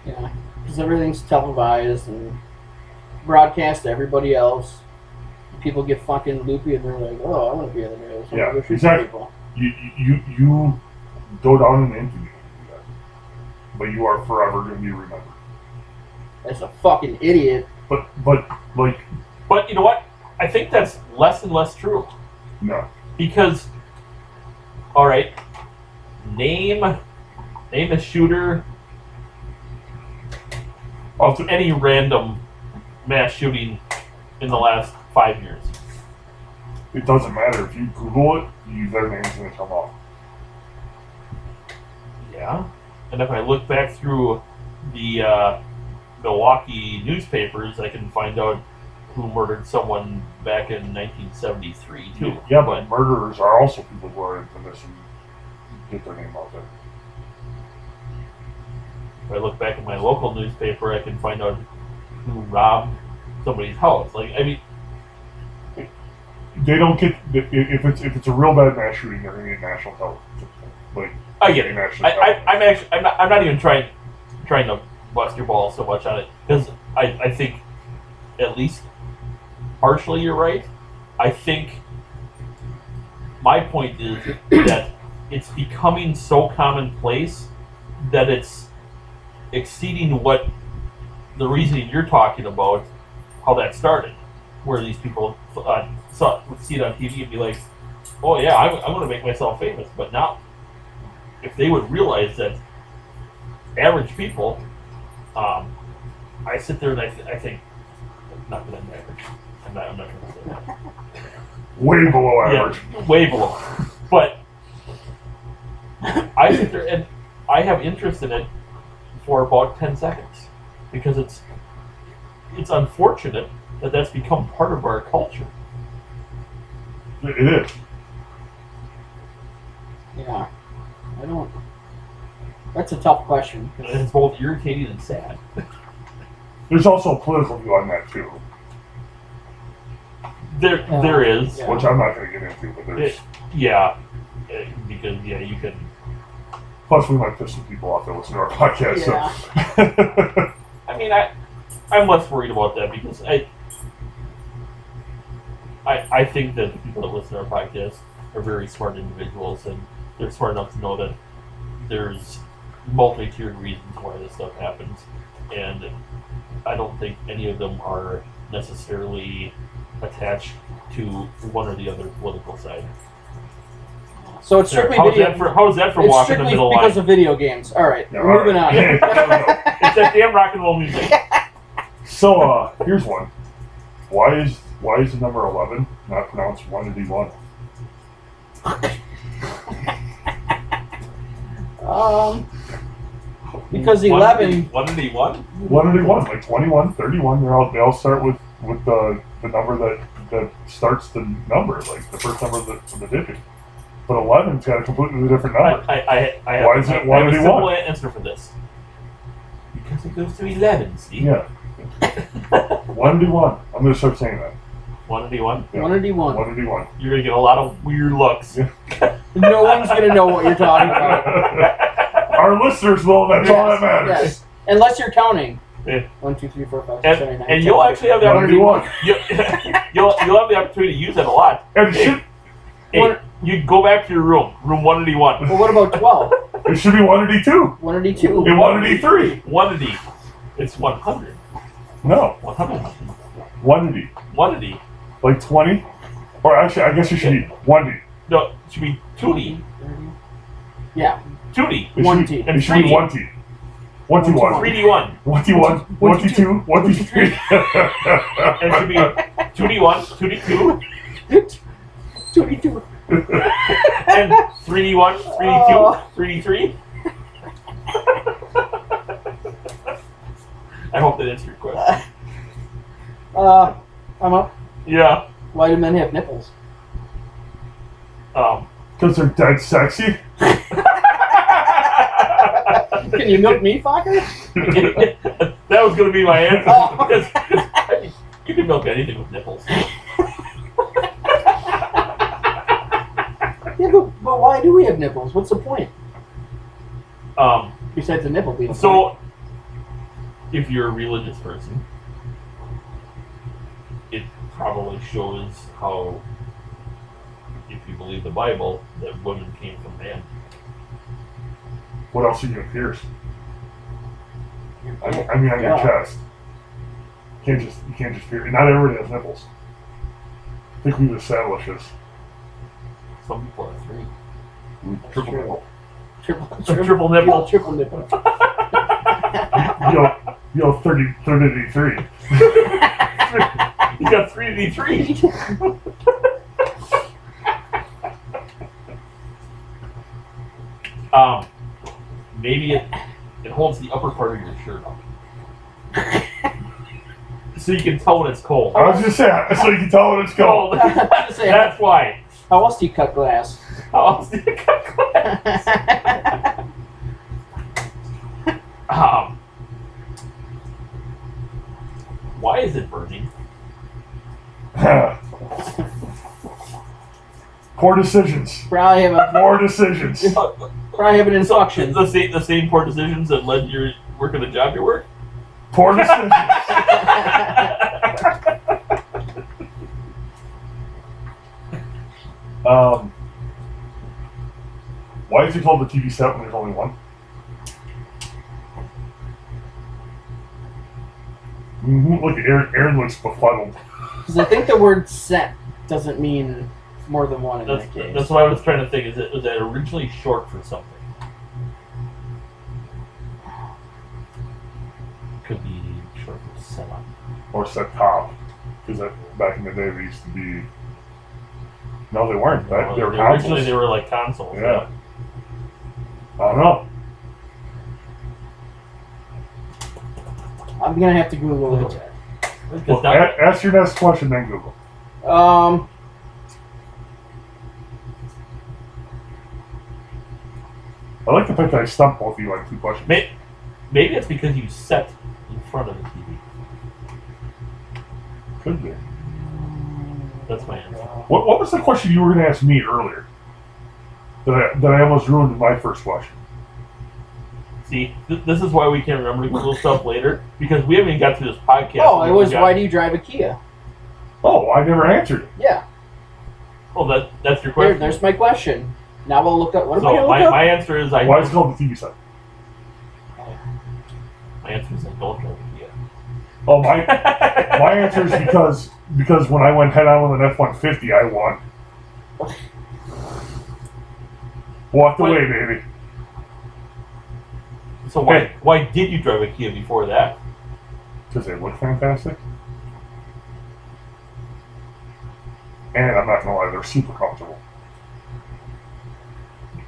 Speaker 4: Yeah, because everything's televised and broadcast to everybody else. People get fucking loopy and they're like, "Oh, I want to be on the news. I wanna
Speaker 3: Yeah,
Speaker 4: go shoot some
Speaker 3: exactly.
Speaker 4: people."
Speaker 3: You you you, you go down in infamy, when you do that. but you are forever going to be remembered.
Speaker 4: That's a fucking idiot.
Speaker 3: But but like
Speaker 2: But you know what? I think that's less and less true
Speaker 3: no,
Speaker 2: because, all right, name name a shooter of any random mass shooting in the last five years.
Speaker 3: it doesn't matter if you Google it. You, their name's gonna come up.
Speaker 2: Yeah. And if I look back through the uh, Milwaukee newspapers, I can find out who murdered someone back in 1973 too.
Speaker 3: Yeah, but murderers are also people who are infamous and get their name out there.
Speaker 2: If I look back at my local newspaper, I can find out who robbed somebody's house. Like, I mean,
Speaker 3: They don't get if it's if it's a real bad mass shooting, they're gonna get national television. Like
Speaker 2: I get it.
Speaker 3: national.
Speaker 2: I, I, I'm actually, I'm not, I'm not even trying, trying to bust your ball so much on it because I, I think, at least, partially you're right. I think. My point is that it's becoming so commonplace that it's exceeding what the reasoning you're talking about, how that started, where these people uh, saw would see it on TV and be like, "Oh yeah, I'm, I'm going to make myself famous," but now if they would realize that average people, um, I sit there and I, th- I think, not that I'm average. I'm not, I'm not going to say that.
Speaker 3: way below average.
Speaker 2: Yeah, way below. But I sit there and I have interest in it for about 10 seconds because it's it's unfortunate that that's become part of our culture.
Speaker 3: It is.
Speaker 4: Yeah. I don't. That's a tough question. 'cause-
Speaker 2: And it's both irritating and sad.
Speaker 3: There's also a political view on that too,
Speaker 2: There, there is.
Speaker 4: Yeah.
Speaker 3: which I'm not gonna get into. But there's
Speaker 2: It- yeah. Uh, Because, yeah, you can
Speaker 3: plus we might piss some people off that listen to our podcast. So.
Speaker 2: I mean, I, I'm less worried about that because I, I, I think that the people that listen to our podcast are very smart individuals and they're smart enough to know that there's multi-tiered reasons why this stuff happens, and I don't think any of them are necessarily attached to one or the other political side.
Speaker 4: So it's strictly
Speaker 2: how's
Speaker 4: video.
Speaker 2: that for how's that for
Speaker 4: it's
Speaker 2: walking the
Speaker 4: strictly
Speaker 2: middle
Speaker 4: because
Speaker 2: line?
Speaker 4: of video games. All right,
Speaker 3: Yeah,
Speaker 4: we're moving
Speaker 3: all
Speaker 4: on.
Speaker 3: right.
Speaker 2: it's that damn rock and roll music.
Speaker 3: so uh, here's one. Why is why is the number eleven not pronounced one to be one?
Speaker 4: Um, because eleven.
Speaker 2: One and one.
Speaker 3: One to be one, like 21, 31, They're all they all start with with the the number that that starts the number, like the first number of the, of the digit. But 11's got a completely different
Speaker 2: I,
Speaker 3: number.
Speaker 2: I, I, I have,
Speaker 3: Why is it- why
Speaker 2: I have
Speaker 3: would
Speaker 2: a
Speaker 3: he
Speaker 2: simple
Speaker 3: want?
Speaker 2: answer for this. Because it goes to 11, Steve.
Speaker 3: Yeah. One to be one. I'm gonna start saying that.
Speaker 2: 181.
Speaker 3: Yeah.
Speaker 4: One eighty one.
Speaker 3: One to be one.
Speaker 2: You're going to get a lot of weird looks.
Speaker 3: Yeah.
Speaker 4: No one's gonna know what you're talking about
Speaker 3: Our listeners will. That's all that matters.
Speaker 4: Yes, unless you're counting.
Speaker 2: Yeah.
Speaker 4: One, two, three, four, five, six, seven, eight,
Speaker 2: and,
Speaker 4: nine,
Speaker 2: and
Speaker 4: ten.
Speaker 2: you'll actually have the
Speaker 3: One to be
Speaker 2: opportunity.
Speaker 3: one.
Speaker 2: You, you'll, you'll have the opportunity to use that a lot.
Speaker 3: And it should,
Speaker 2: Hey,
Speaker 4: One-
Speaker 2: you go back to your room, room 181.
Speaker 4: Well, what about twelve?
Speaker 3: it should be one to be two.
Speaker 4: One eighty two.
Speaker 3: It one to be three.
Speaker 2: 180. It's 100.
Speaker 3: No,
Speaker 2: 100.
Speaker 3: one to be
Speaker 2: 180.
Speaker 3: like twenty, or actually, I guess it should be one to.
Speaker 2: No, it should be 2D.
Speaker 4: Yeah.
Speaker 2: 2D.
Speaker 3: It should
Speaker 4: One
Speaker 3: be-
Speaker 4: T.
Speaker 3: It should be
Speaker 2: Three.
Speaker 3: one T. One T one.
Speaker 2: 3D1.
Speaker 3: 21, 22, 23.
Speaker 2: And it should be 2D1, 2D2,
Speaker 4: Two eighty two.
Speaker 2: and 3D1, 3D2, 3D3. I hope that answered your question.
Speaker 4: Uh, I'm up.
Speaker 2: Yeah.
Speaker 4: Why do men have nipples?
Speaker 2: Um.
Speaker 3: Because they're dead sexy.
Speaker 4: Can you milk me, fucker?
Speaker 2: that was going to be my answer.
Speaker 4: Oh.
Speaker 2: Because- because you can milk anything with nipples.
Speaker 4: Yeah, but, but why do we have nipples? What's the point
Speaker 2: Um,
Speaker 4: besides the nipple being? a point?
Speaker 2: so, if you're a religious person, it probably shows how, if you believe the Bible, that women came from man.
Speaker 3: What else are you going to pierce? I, I mean, on your
Speaker 4: Yeah.
Speaker 3: chest. can't just you can't just fear. Not everybody has nipples. I think we've established this.
Speaker 2: Some people are three.
Speaker 3: Triple
Speaker 5: true.
Speaker 3: nipple.
Speaker 5: Triple,
Speaker 2: Triple nipple.
Speaker 5: Triple nipple.
Speaker 3: You know, you know, 30, 30 to three.
Speaker 2: You got three D three. Um, maybe it it holds the upper part of your shirt up, so you can tell when it's cold.
Speaker 3: I was just saying, so you can tell when it's cold.
Speaker 2: Cold. That's why.
Speaker 4: How else do you cut glass?
Speaker 2: How else do you cut glass? Um, why is it burning?
Speaker 3: Poor decisions.
Speaker 4: probably have a
Speaker 3: More decisions.
Speaker 4: probably have an
Speaker 2: It's
Speaker 4: instruction.
Speaker 2: the same the same poor decisions that led to your work at the job you work.
Speaker 3: Poor decisions. um, why is it called the TV set when there's only one? Mhm, Look, Aaron, Aaron looks befuddled.
Speaker 4: Because I think the word set doesn't mean more than one in
Speaker 2: That's,
Speaker 4: that case.
Speaker 2: that's what I was trying to think. Is it was that originally short for something? Could be short for setup.
Speaker 3: Or set top. Because back in the day, they used to be. No, they weren't. They, they were
Speaker 2: originally
Speaker 3: consoles.
Speaker 2: they were like consoles.
Speaker 3: Yeah. I don't know.
Speaker 4: I'm gonna have to Google it.
Speaker 2: Because
Speaker 3: Well,
Speaker 2: now-
Speaker 3: a- ask your next question, then Google.
Speaker 4: Um,
Speaker 3: I like the fact that I stumped both of you on two questions.
Speaker 2: may- maybe it's because you set in front of the TV.
Speaker 3: Could be.
Speaker 2: That's my answer.
Speaker 4: oh,
Speaker 3: What, what was the question you were going to ask me earlier? That I, that I almost ruined my first question.
Speaker 2: See, th- this is why we can't remember to Google stuff later because we haven't even got to this podcast.
Speaker 4: oh,
Speaker 2: and
Speaker 4: it
Speaker 2: we
Speaker 4: was
Speaker 2: got-
Speaker 4: why do you drive a Kia?
Speaker 3: Oh, I never answered it.
Speaker 4: Yeah,
Speaker 2: Oh, that that's
Speaker 4: there,
Speaker 2: your question.
Speaker 4: there's my question. Now we'll look up. What am I
Speaker 2: so
Speaker 4: gonna
Speaker 2: my,
Speaker 4: look
Speaker 2: my answer is I.
Speaker 3: Why is it called the TV set?
Speaker 2: My answer is I don't know.
Speaker 3: Oh, my
Speaker 2: Yeah.
Speaker 3: my answer is because because when I went head on with an F one fifty, I won. Walked
Speaker 2: Wait.
Speaker 3: away, baby.
Speaker 2: So why why did you drive a Kia before that?
Speaker 3: Because they look fantastic. And I'm not gonna lie, they're super comfortable.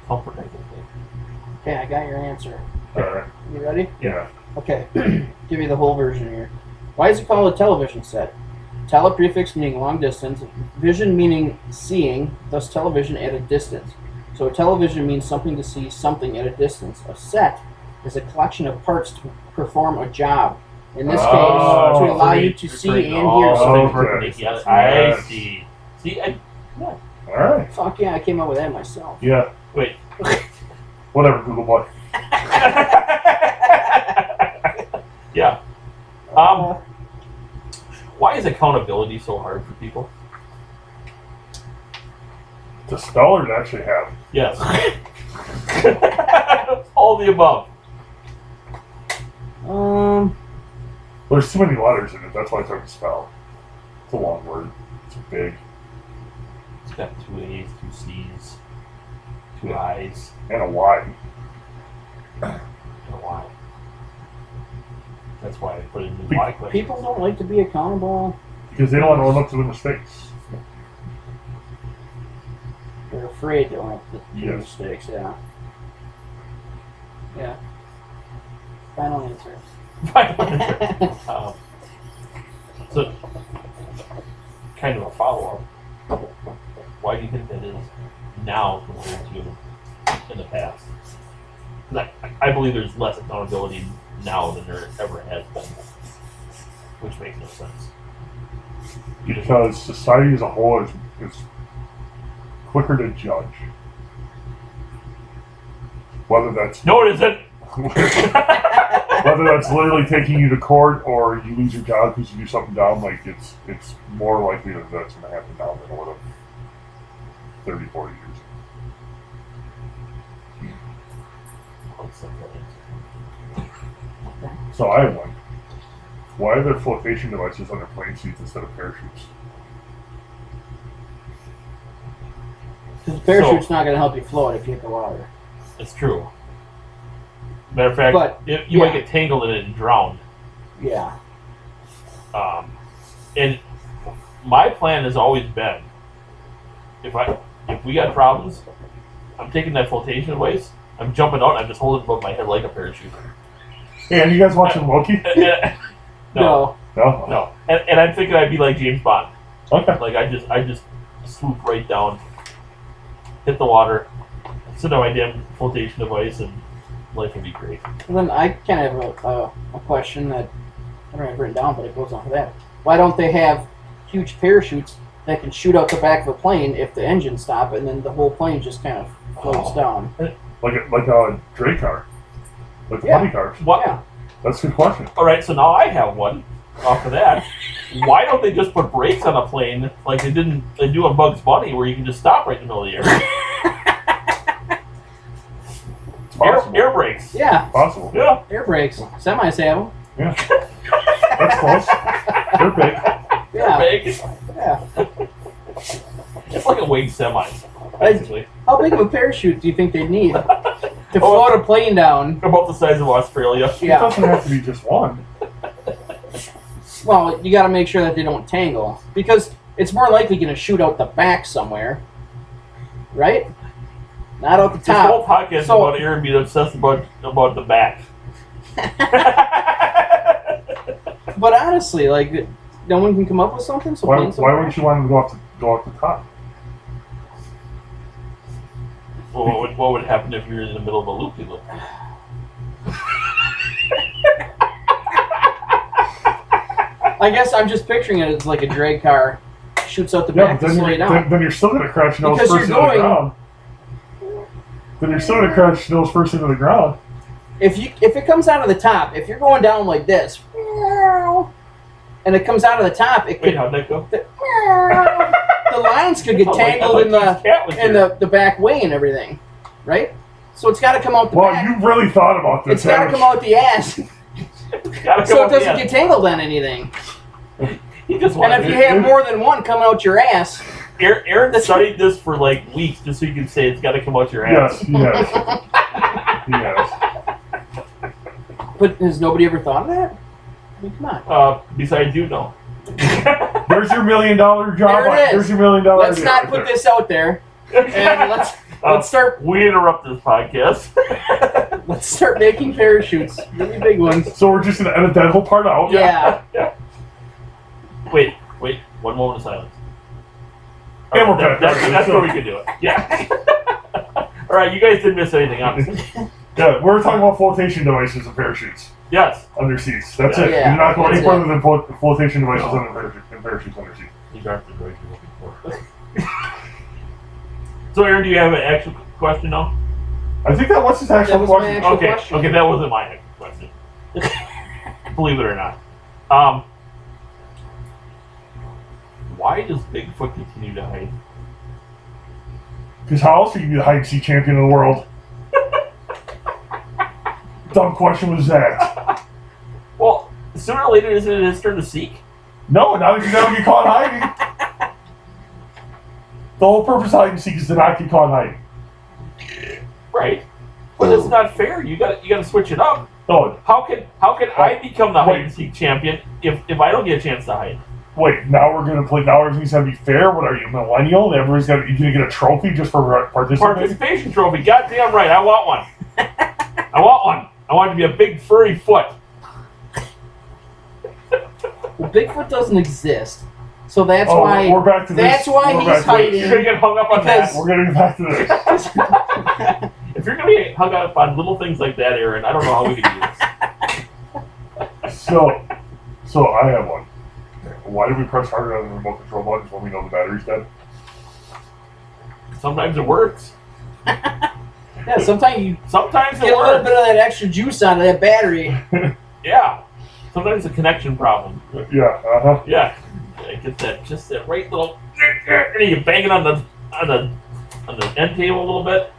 Speaker 2: Comfort, I think.
Speaker 4: up? Okay, I got your answer.
Speaker 3: Alright.
Speaker 4: You ready?
Speaker 3: Yeah.
Speaker 4: Okay, give you the whole version here. Why is it called a television set? Tele prefix meaning long distance, vision meaning seeing, thus television at a distance. So television means something to see, something at a distance. A set is a collection of parts to perform a job. In
Speaker 2: Ah,
Speaker 4: this case,
Speaker 3: Oh,
Speaker 4: to allow you
Speaker 2: Great-
Speaker 4: to
Speaker 2: great-
Speaker 4: see and hear
Speaker 2: oh,
Speaker 4: something.
Speaker 3: something.
Speaker 2: okay. Yes, I
Speaker 3: Yes.
Speaker 2: see. See, I,
Speaker 3: Alright.
Speaker 4: Fuck yeah, I came up with that myself.
Speaker 3: Yeah.
Speaker 2: wait.
Speaker 3: Whatever, Google boy.
Speaker 2: yeah. Um, why is accountability so hard for people?
Speaker 3: The Stellar actually have.
Speaker 2: Yes. All the above.
Speaker 4: Um,
Speaker 3: There's too many letters in it. That's why I took a spell. It's a long word. It's big.
Speaker 2: It's got two A's, two C's, two I's,
Speaker 3: And a Y.
Speaker 2: and a Y. That's why I put in the
Speaker 3: Pe-
Speaker 2: Y question.
Speaker 4: people don't like to be accountable.
Speaker 3: Because they don't want to own up to their mistakes.
Speaker 4: They're afraid to own up to their
Speaker 3: Yes.
Speaker 4: mistakes. Yeah. Yeah. Final answer.
Speaker 2: Um, so, kind of a follow up. Why do you think that is now compared to in the past? 'Cause I, I believe there's less accountability now than there ever has been, which makes no sense.
Speaker 3: Because society as a whole is, is quicker to judge. Whether that's
Speaker 2: No, it isn't.
Speaker 3: whether that's literally taking you to court or you lose your job because you do something dumb, like it's it's more likely that that's going to happen now than it would have 30, 40 years.
Speaker 2: Oh, it's so funny.
Speaker 3: So I won. Why are there flotation devices on their plane seats instead of parachutes?
Speaker 4: Because the parachute's not going to help you float if you hit the water.
Speaker 2: It's true. Matter of fact,
Speaker 4: But,
Speaker 2: you, you might
Speaker 4: yeah.
Speaker 2: get tangled in it and drowned.
Speaker 4: Yeah.
Speaker 2: Um, and my plan has always been, if I if we got problems, I'm taking that flotation device. I'm jumping out. and I just hold it above my head like a parachute.
Speaker 3: Hey, are you guys watching Loki?
Speaker 2: no,
Speaker 4: No.
Speaker 3: No.
Speaker 2: no. And, and I'm thinking I'd be like James Bond.
Speaker 3: Okay.
Speaker 2: Like I just I just swoop right down, hit the water, sit on my damn flotation device, and life would be great.
Speaker 4: Well, then I kind of have a, a, a question that I don't have written down, but it goes on for that. Why don't they have huge parachutes that can shoot out the back of a plane if the engines stop, and then the whole plane just kind of floats
Speaker 2: Oh.
Speaker 4: down?
Speaker 3: Like a, like a Dre car. Like the
Speaker 4: Yeah.
Speaker 3: buddy cars.
Speaker 2: What?
Speaker 4: Yeah.
Speaker 3: That's a good question.
Speaker 2: All right, so now I have one. Off of that, why don't they just put brakes on a plane like they didn't they do on Bugs Bunny, where you can just stop right in the middle of the air?
Speaker 3: It's
Speaker 2: Air,
Speaker 3: possible.
Speaker 2: air brakes.
Speaker 4: Yeah.
Speaker 3: Possible.
Speaker 2: Yeah.
Speaker 4: Air brakes. Semis have
Speaker 3: That's close. They're big.
Speaker 4: them. Yeah.
Speaker 2: Brakes.
Speaker 4: Yeah.
Speaker 2: It's like a winged semi, basically.
Speaker 4: How big of a parachute do you think they need to float a plane down?
Speaker 2: About the size of Australia.
Speaker 3: It
Speaker 4: Yeah.
Speaker 3: doesn't have to be just one.
Speaker 4: Well, you got to make sure that they don't tangle because it's more likely going to shoot out the back somewhere, right? Not out the
Speaker 2: This whole
Speaker 4: top.
Speaker 2: podcast is
Speaker 4: So-
Speaker 2: about air and being obsessed about about the back.
Speaker 4: But honestly, like no one can come up with something. So
Speaker 3: Why,
Speaker 4: planes don't
Speaker 3: why
Speaker 4: crash.
Speaker 3: wouldn't you want them to go off the, go off the top?
Speaker 2: well, what, would, what would happen if you were in the middle of a loop loop?
Speaker 4: I guess I'm just picturing it as like a drag car shoots out the
Speaker 3: Yeah,
Speaker 4: back
Speaker 3: but
Speaker 4: to
Speaker 3: then
Speaker 4: slow you
Speaker 3: you're,
Speaker 4: down.
Speaker 3: then, then you're still going to crash nose
Speaker 4: Because
Speaker 3: first
Speaker 4: you're
Speaker 3: into the
Speaker 4: going-
Speaker 3: ground. Then you're still going to crash nose first into the ground.
Speaker 4: If you if it comes out of the top, if you're going down like this, and it comes out of the top, it
Speaker 2: Wait,
Speaker 4: could
Speaker 2: how'd that go?
Speaker 4: the lines could get
Speaker 2: Oh, wait, I
Speaker 4: tangled in the
Speaker 2: thought this cat was
Speaker 4: in
Speaker 2: here.
Speaker 4: the, the back way and everything, right? So it's got to come out the
Speaker 3: Well,
Speaker 4: back.
Speaker 3: you really thought about this.
Speaker 4: It's got to
Speaker 3: haven't
Speaker 4: come out the ass,
Speaker 2: Gotta come
Speaker 4: so
Speaker 2: up
Speaker 4: it
Speaker 2: the
Speaker 4: doesn't
Speaker 2: end.
Speaker 4: get tangled on anything.
Speaker 2: He just
Speaker 4: And
Speaker 2: wanted
Speaker 4: if you
Speaker 2: to.
Speaker 4: have more than one coming out your ass,
Speaker 2: Aaron, Aaron studied this for like weeks just so you can say it's got to come out your
Speaker 3: you? Yes,
Speaker 2: ass.
Speaker 3: he has. he has.
Speaker 4: but has nobody ever thought of that? I mean, come on.
Speaker 2: Uh, besides you, no.
Speaker 3: There's your million dollar job.
Speaker 4: There it
Speaker 3: idea.
Speaker 4: is.
Speaker 3: There's your million dollar
Speaker 4: Let's
Speaker 3: idea
Speaker 4: not
Speaker 3: right
Speaker 4: put
Speaker 3: there.
Speaker 4: this out there, and let's let's start
Speaker 2: we interrupt this podcast.
Speaker 4: let's start making parachutes, really big ones.
Speaker 3: So we're just going to edit that whole part out.
Speaker 4: Yeah,
Speaker 2: wait, wait, one moment of silence.
Speaker 3: And we're
Speaker 2: That-
Speaker 3: back.
Speaker 2: that's that's where we can do it. Yeah. All right, you guys didn't miss anything, honestly.
Speaker 3: Yeah, we're talking about flotation devices and parachutes
Speaker 2: Yes,
Speaker 3: under seats. That's it.
Speaker 4: Yeah,
Speaker 3: You're not going any
Speaker 4: that's
Speaker 3: further than flo- flotation devices
Speaker 2: No.
Speaker 3: under parachute- and parachutes under seats.
Speaker 2: these aren't the droids you're looking for. so, Aaron, do you have an actual question now?
Speaker 3: I think that was his actual
Speaker 4: That was my
Speaker 3: question.
Speaker 4: Actual
Speaker 2: okay,
Speaker 4: question.
Speaker 2: okay, that wasn't my actual question. Believe it or not. Um, why does Bigfoot continue to hide?
Speaker 3: Because how else are you the hide and seek champion of the world? Dumb question was that.
Speaker 2: Well, sooner or later, isn't it his turn to seek?
Speaker 3: No, now that you never get caught hiding. The whole purpose of hide and seek is to not get caught hiding.
Speaker 2: Right. But it's not fair. You got you got to switch it up.
Speaker 3: No,
Speaker 2: How can how can I become the hide
Speaker 3: Wait.
Speaker 2: and seek champion if, if I don't get a chance to hide?
Speaker 3: wait, now we're gonna play. Now everything's gonna be fair. What are you, millennial? Everybody's gonna you gonna get a trophy just for re- participating.
Speaker 2: Participation trophy. Goddamn right. I want one. I want one. I want it to be a big furry foot.
Speaker 4: well, Bigfoot doesn't exist, so that's
Speaker 3: oh,
Speaker 4: why
Speaker 3: we're back to this.
Speaker 4: that's why
Speaker 3: We're
Speaker 4: he's
Speaker 3: back to this.
Speaker 4: hiding.
Speaker 2: You're gonna get hung up on
Speaker 4: Because-
Speaker 3: We're gonna get back to this.
Speaker 2: that. if you're gonna get hung up on little things like that, Aaron, I don't know how we can do this.
Speaker 3: So, so I have one. Why do we press harder on the remote control buttons when we know the battery's dead?
Speaker 2: Sometimes it works.
Speaker 4: yeah. Sometimes you
Speaker 2: Sometimes
Speaker 4: get
Speaker 2: it
Speaker 4: a little
Speaker 2: works.
Speaker 4: bit of that extra juice out of that battery.
Speaker 2: Yeah. Sometimes it's a connection problem.
Speaker 3: Yeah, uh huh.
Speaker 2: Yeah, I get that just that right little and you bang it on the on the on the end table a little bit.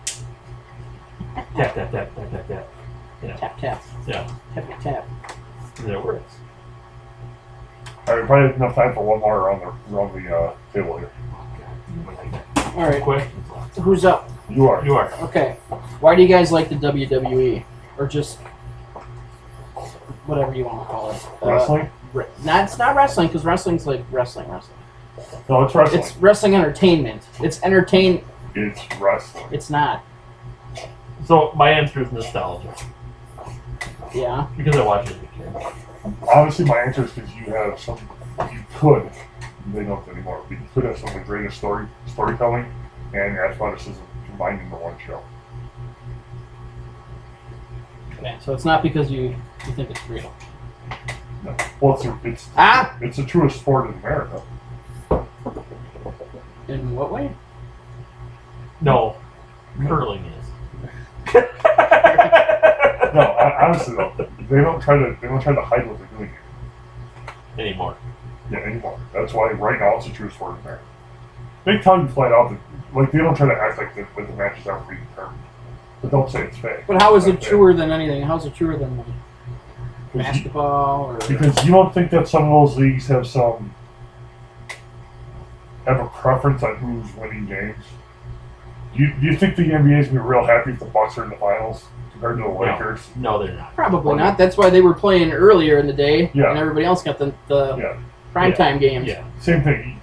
Speaker 2: Tap tap tap tap tap tap.
Speaker 4: Tap tap
Speaker 2: Yeah,
Speaker 4: tap tap.
Speaker 2: and it works.
Speaker 3: All right, probably enough time for one more around the around the uh, table here.
Speaker 4: All right,
Speaker 2: Questions left.
Speaker 4: who's up?
Speaker 3: You are.
Speaker 2: You are.
Speaker 4: Okay, why do you guys like the WWE or just whatever you want to call it? Uh,
Speaker 3: Wrestling?
Speaker 4: re- nah, it's not wrestling because wrestling's like wrestling, wrestling.
Speaker 3: No, it's wrestling.
Speaker 4: It's wrestling entertainment. It's entertain.
Speaker 3: It's, wrestling.
Speaker 4: It's not.
Speaker 2: So my answer is nostalgia
Speaker 4: Yeah.
Speaker 2: because I watched it as a kid.
Speaker 3: Obviously, my answer is because you have some. You could. They don't anymore. But you could have some of the greatest story storytelling and athleticism combined into one show.
Speaker 4: Okay. So it's not because you you think it's real.
Speaker 3: No. Well, it's a, it's
Speaker 4: Ah.
Speaker 3: it's the truest sport in America.
Speaker 4: In what way?
Speaker 2: No, curling is
Speaker 3: No, I, honestly though, they don't try to they don't try to hide what they're doing
Speaker 2: anymore.
Speaker 3: yeah, anymore. That's why right now it's a true sport in America. They tell you flat out that like they don't try to act like the, like the matches are predetermined, but don't say it's fake.
Speaker 4: But how is it
Speaker 3: Okay.
Speaker 4: truer than anything? How is it truer than like,
Speaker 3: Because you-
Speaker 4: basketball or?
Speaker 3: Because you don't think that some of those leagues have some have a preference on who's winning games. You you think the NBA's gonna be real happy if the Bucks are in the finals compared to the Lakers?
Speaker 2: No, they're not.
Speaker 4: Probably not. That's why they were playing earlier in the day,
Speaker 3: Yeah.
Speaker 4: and everybody else got the, the
Speaker 3: Yeah.
Speaker 4: prime
Speaker 2: Yeah.
Speaker 4: time games.
Speaker 2: Yeah,
Speaker 3: Same thing.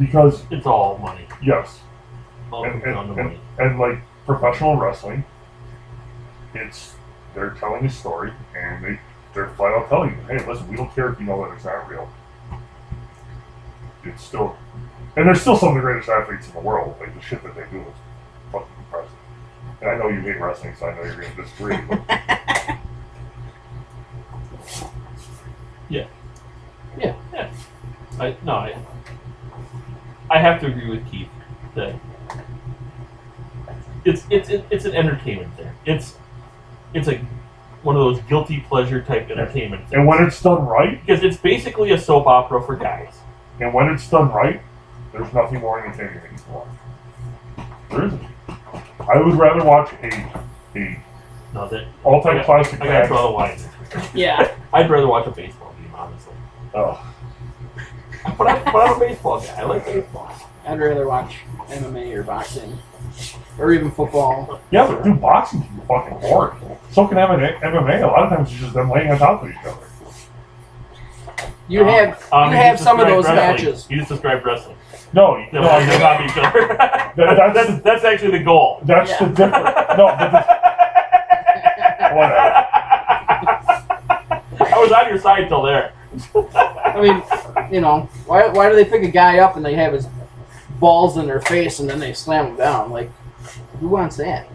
Speaker 3: Because
Speaker 2: it's all money.
Speaker 3: yes,
Speaker 2: All
Speaker 3: And-
Speaker 2: comes down to money.
Speaker 3: and like professional wrestling, it's they're telling a story and they they're flat out telling you, hey, listen, we don't care if you know that it's not real. It's still, and there's still some of the greatest athletes in the world. Like the shit that they do is fucking impressive. And I know you hate wrestling, so I know you're gonna disagree. But
Speaker 2: Yeah. I no, I I have to agree with Keith that it's it's it, it's an entertainment thing. It's it's a one of those guilty pleasure type entertainment
Speaker 3: and
Speaker 2: things.
Speaker 3: when it's done right,
Speaker 2: Because it's basically a soap opera for guys.
Speaker 3: and when it's done right, there's nothing more entertaining than sport. There isn't. I would rather watch a a
Speaker 2: No, that
Speaker 3: all-time
Speaker 2: I got-
Speaker 3: classic
Speaker 2: I gotta
Speaker 3: match.
Speaker 2: throw the line.
Speaker 4: Yeah.
Speaker 2: I'd rather watch a baseball game, honestly.
Speaker 3: Oh.
Speaker 2: But, I, but I'm a baseball guy. I like baseball.
Speaker 4: I'd rather watch MMA or boxing, or even football.
Speaker 3: Yeah, but dude, boxing can be fucking boring. So can MMA. MMA. A lot of times it's just them laying on top of each other.
Speaker 4: You
Speaker 2: Um,
Speaker 4: have
Speaker 2: Um,
Speaker 4: you have
Speaker 2: just
Speaker 4: some of
Speaker 2: described
Speaker 4: those
Speaker 2: wrestling.
Speaker 4: matches.
Speaker 2: You just described wrestling.
Speaker 3: No, you-
Speaker 2: They're
Speaker 3: no,
Speaker 2: lying on
Speaker 3: I-
Speaker 2: top of each other.
Speaker 3: that's-
Speaker 2: that's, that's actually the goal.
Speaker 3: that's the
Speaker 4: Yeah.
Speaker 3: difference. No, but the, whatever.
Speaker 2: I was on your side till there.
Speaker 4: I mean, you know, why, why do they pick a guy up and they have his balls in their face and then they slam him down? Like, who wants that?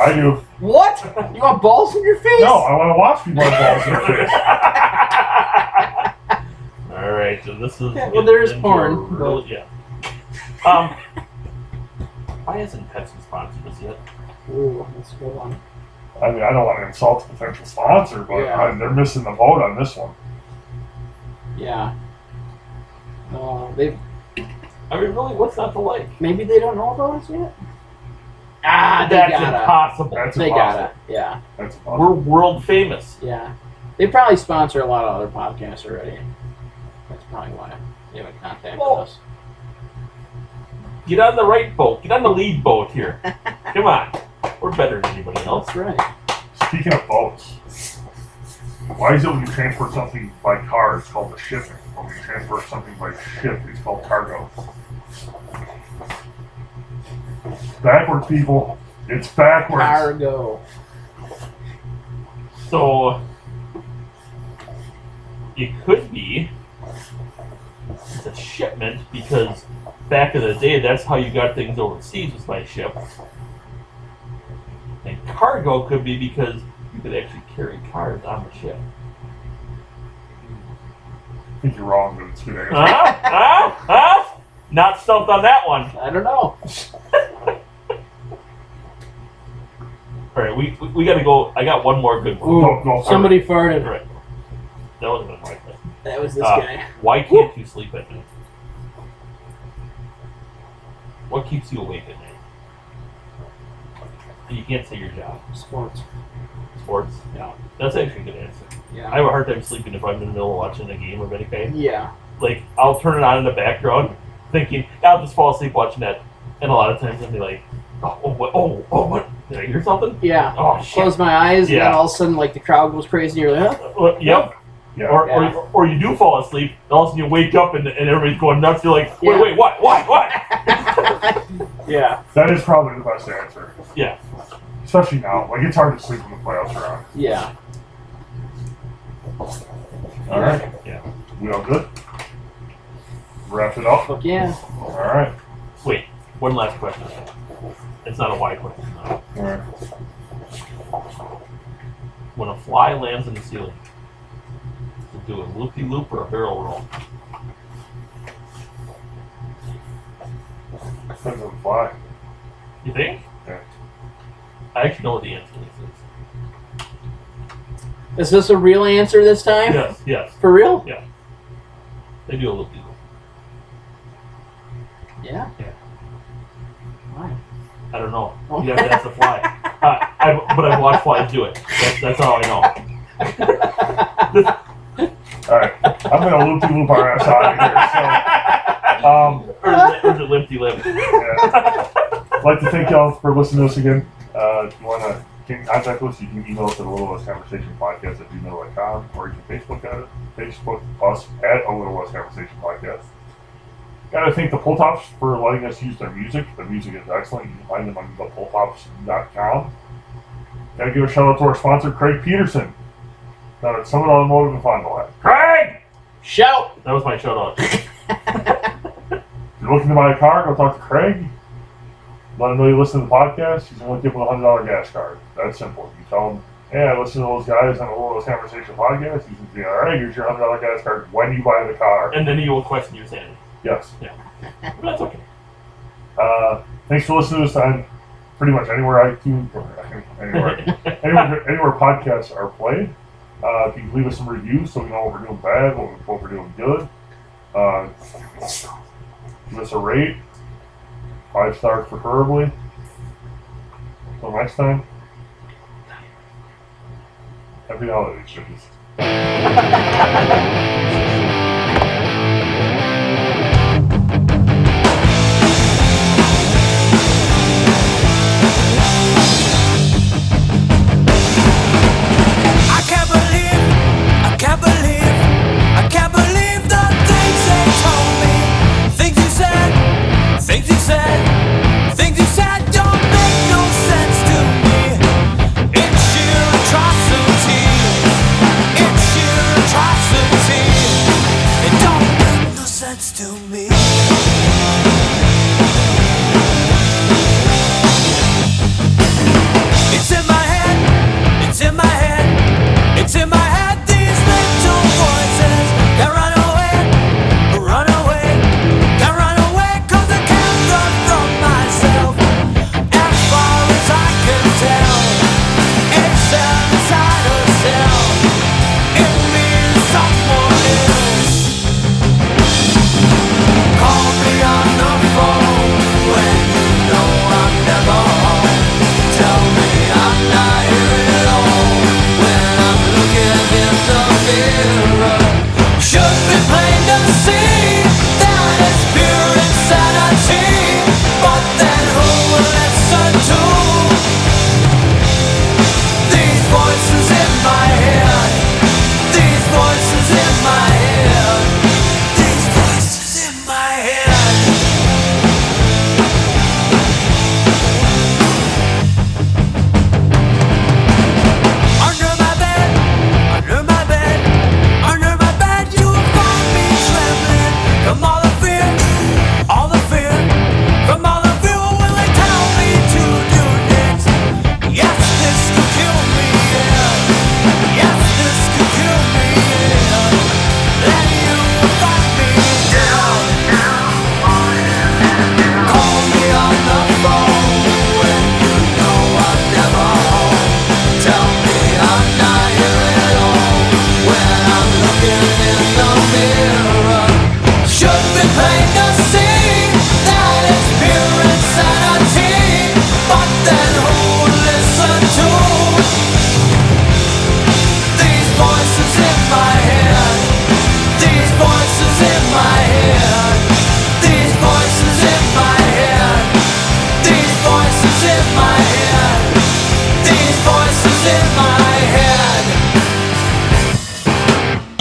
Speaker 3: I do.
Speaker 4: What? You want balls in your face?
Speaker 3: No, I want to watch people have balls in their face.
Speaker 2: All right, so this is
Speaker 4: Yeah, well, there is
Speaker 2: into
Speaker 4: porn,
Speaker 2: a real- yeah. Um, why isn't Pepsi sponsored us yet?
Speaker 4: Ooh, that's a good one.
Speaker 3: I mean, I don't want to insult the potential sponsor, but
Speaker 4: Yeah.
Speaker 3: I, they're missing the boat on this one.
Speaker 4: Yeah. Uh, they
Speaker 2: I mean, really, what's not to like?
Speaker 4: maybe they don't know about us yet.
Speaker 2: Ah,
Speaker 4: they
Speaker 2: that's
Speaker 4: gotta.
Speaker 2: impossible.
Speaker 3: That's
Speaker 4: they
Speaker 3: impossible.
Speaker 4: gotta. Yeah,
Speaker 3: That's
Speaker 2: We're
Speaker 3: impossible.
Speaker 2: world famous.
Speaker 4: yeah. They probably sponsor a lot of other podcasts already. That's probably why they haven't contacted
Speaker 2: Well-
Speaker 4: us.
Speaker 2: Get on the right boat. Get on the lead boat here. Come on, we're better than anybody else.
Speaker 4: That's right.
Speaker 3: Speaking of boats, why is it when you transport something by car, it's called a shipping? When you transport something by ship, it's called cargo. Backward, people. It's backwards.
Speaker 4: Cargo.
Speaker 2: So it could be it's a shipment because back in the day, that's how you got things overseas was by ship. And cargo could be because you could actually carry cars on the ship.
Speaker 3: I think you're wrong, but it's a good answer.
Speaker 2: Huh? huh? Huh? Not stumped on that one.
Speaker 4: I don't know.
Speaker 2: All right, we, we, we got to go. I got one more good one.
Speaker 4: Ooh,
Speaker 3: Go-
Speaker 6: Oh,
Speaker 3: go for
Speaker 4: somebody
Speaker 2: All
Speaker 4: farted.
Speaker 2: right. That was not my question.
Speaker 4: That was this
Speaker 6: Ah.
Speaker 2: Uh,
Speaker 4: guy.
Speaker 2: Why can't you sleep at night? What keeps you awake at night? And you can't say your job.
Speaker 4: Sports.
Speaker 2: Sports.
Speaker 4: Yeah.
Speaker 2: That's actually a good answer.
Speaker 6: Yeah.
Speaker 2: I have a hard time sleeping if I'm in the middle of watching a game of anything.
Speaker 6: yeah.
Speaker 2: Like I'll turn it on in the background, thinking I'll just fall asleep watching that. And a lot of times I'll be like, oh, oh what, oh, oh, what? Did I hear something?
Speaker 6: Yeah.
Speaker 2: Oh shit!
Speaker 6: Close my eyes, and then
Speaker 2: Yeah.
Speaker 6: all of a sudden, like the crowd goes crazy. You're like, huh?
Speaker 2: Uh, Yep.
Speaker 3: Yeah.
Speaker 2: Or,
Speaker 6: Yeah.
Speaker 2: or or you do fall asleep, and all of a sudden you wake up and, and everybody's going nuts. You're like, wait,
Speaker 6: Yeah.
Speaker 2: wait, what, what, what?
Speaker 6: Yeah.
Speaker 3: That is probably the best answer.
Speaker 2: Yeah.
Speaker 3: Especially now. Like, it's hard to sleep when the playoffs are on.
Speaker 6: Yeah.
Speaker 3: All right.
Speaker 2: Yeah.
Speaker 3: We all good? Wrap it up.
Speaker 6: Fuck yeah.
Speaker 3: All right.
Speaker 2: Wait, one last question. It's not a why question. though.
Speaker 3: All right.
Speaker 2: When a fly lands in the ceiling, does it do a loopy loop or a barrel roll?
Speaker 3: Depends on the fly.
Speaker 2: You think?
Speaker 3: Yeah.
Speaker 2: I actually know what the answer to this is.
Speaker 6: Is this a real answer this time?
Speaker 2: Yes, yes.
Speaker 6: For real?
Speaker 2: They do a loopy loop.
Speaker 6: Yeah.
Speaker 2: Yeah.
Speaker 6: Why?
Speaker 2: I don't know. You have to ask the fly. Uh, I, but I've watched flies do it. That's, that's all I know.
Speaker 3: All right. I'm going to loop de loop our ass out of here. So, um,
Speaker 2: Or is it, or is it limpy limp?
Speaker 3: yeah. I'd like to thank y'all for listening to us again. Uh, if you want to get in contact with us, you can email us at a little less conversation podcast at gmail.com or you can Facebook, at, Facebook us at a little less conversation podcast. Gotta thank the Pull Tops for letting us use their music. The music is excellent. You can find them on thepulltops.com. Gotta give a shout out to our sponsor, Craig Peterson. Now that someone on Motive and Fond du Lac. Craig!
Speaker 6: Shout.
Speaker 2: That was my shout out.
Speaker 3: If you're looking to buy a car, go talk to Craig. Let him know you listen to the podcast. He's going to give him a hundred dollar gas card. That's simple. You tell him, "Hey, I listen to those guys on the World Conversation podcast." He's going to be all right. Here's your hundred dollar gas card when you buy the car.
Speaker 2: And then you will question your sanity.
Speaker 3: Yes.
Speaker 2: But that's okay.
Speaker 3: Uh, thanks for listening to us on pretty much anywhere iTunes or anywhere anywhere, anywhere podcasts are played. Uh, if you can leave us some reviews so we know what we're doing bad, what, we- what we're doing good. Uh, give us a rate. Five stars preferably. Till next time. Happy holidays, chickens.
Speaker 7: I can't believe, I can't believe, I can't believe the things they told me. Things you said, things you said, things you said don't make no sense to me. It's sheer atrocity. It's sheer atrocity.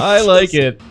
Speaker 8: I like it.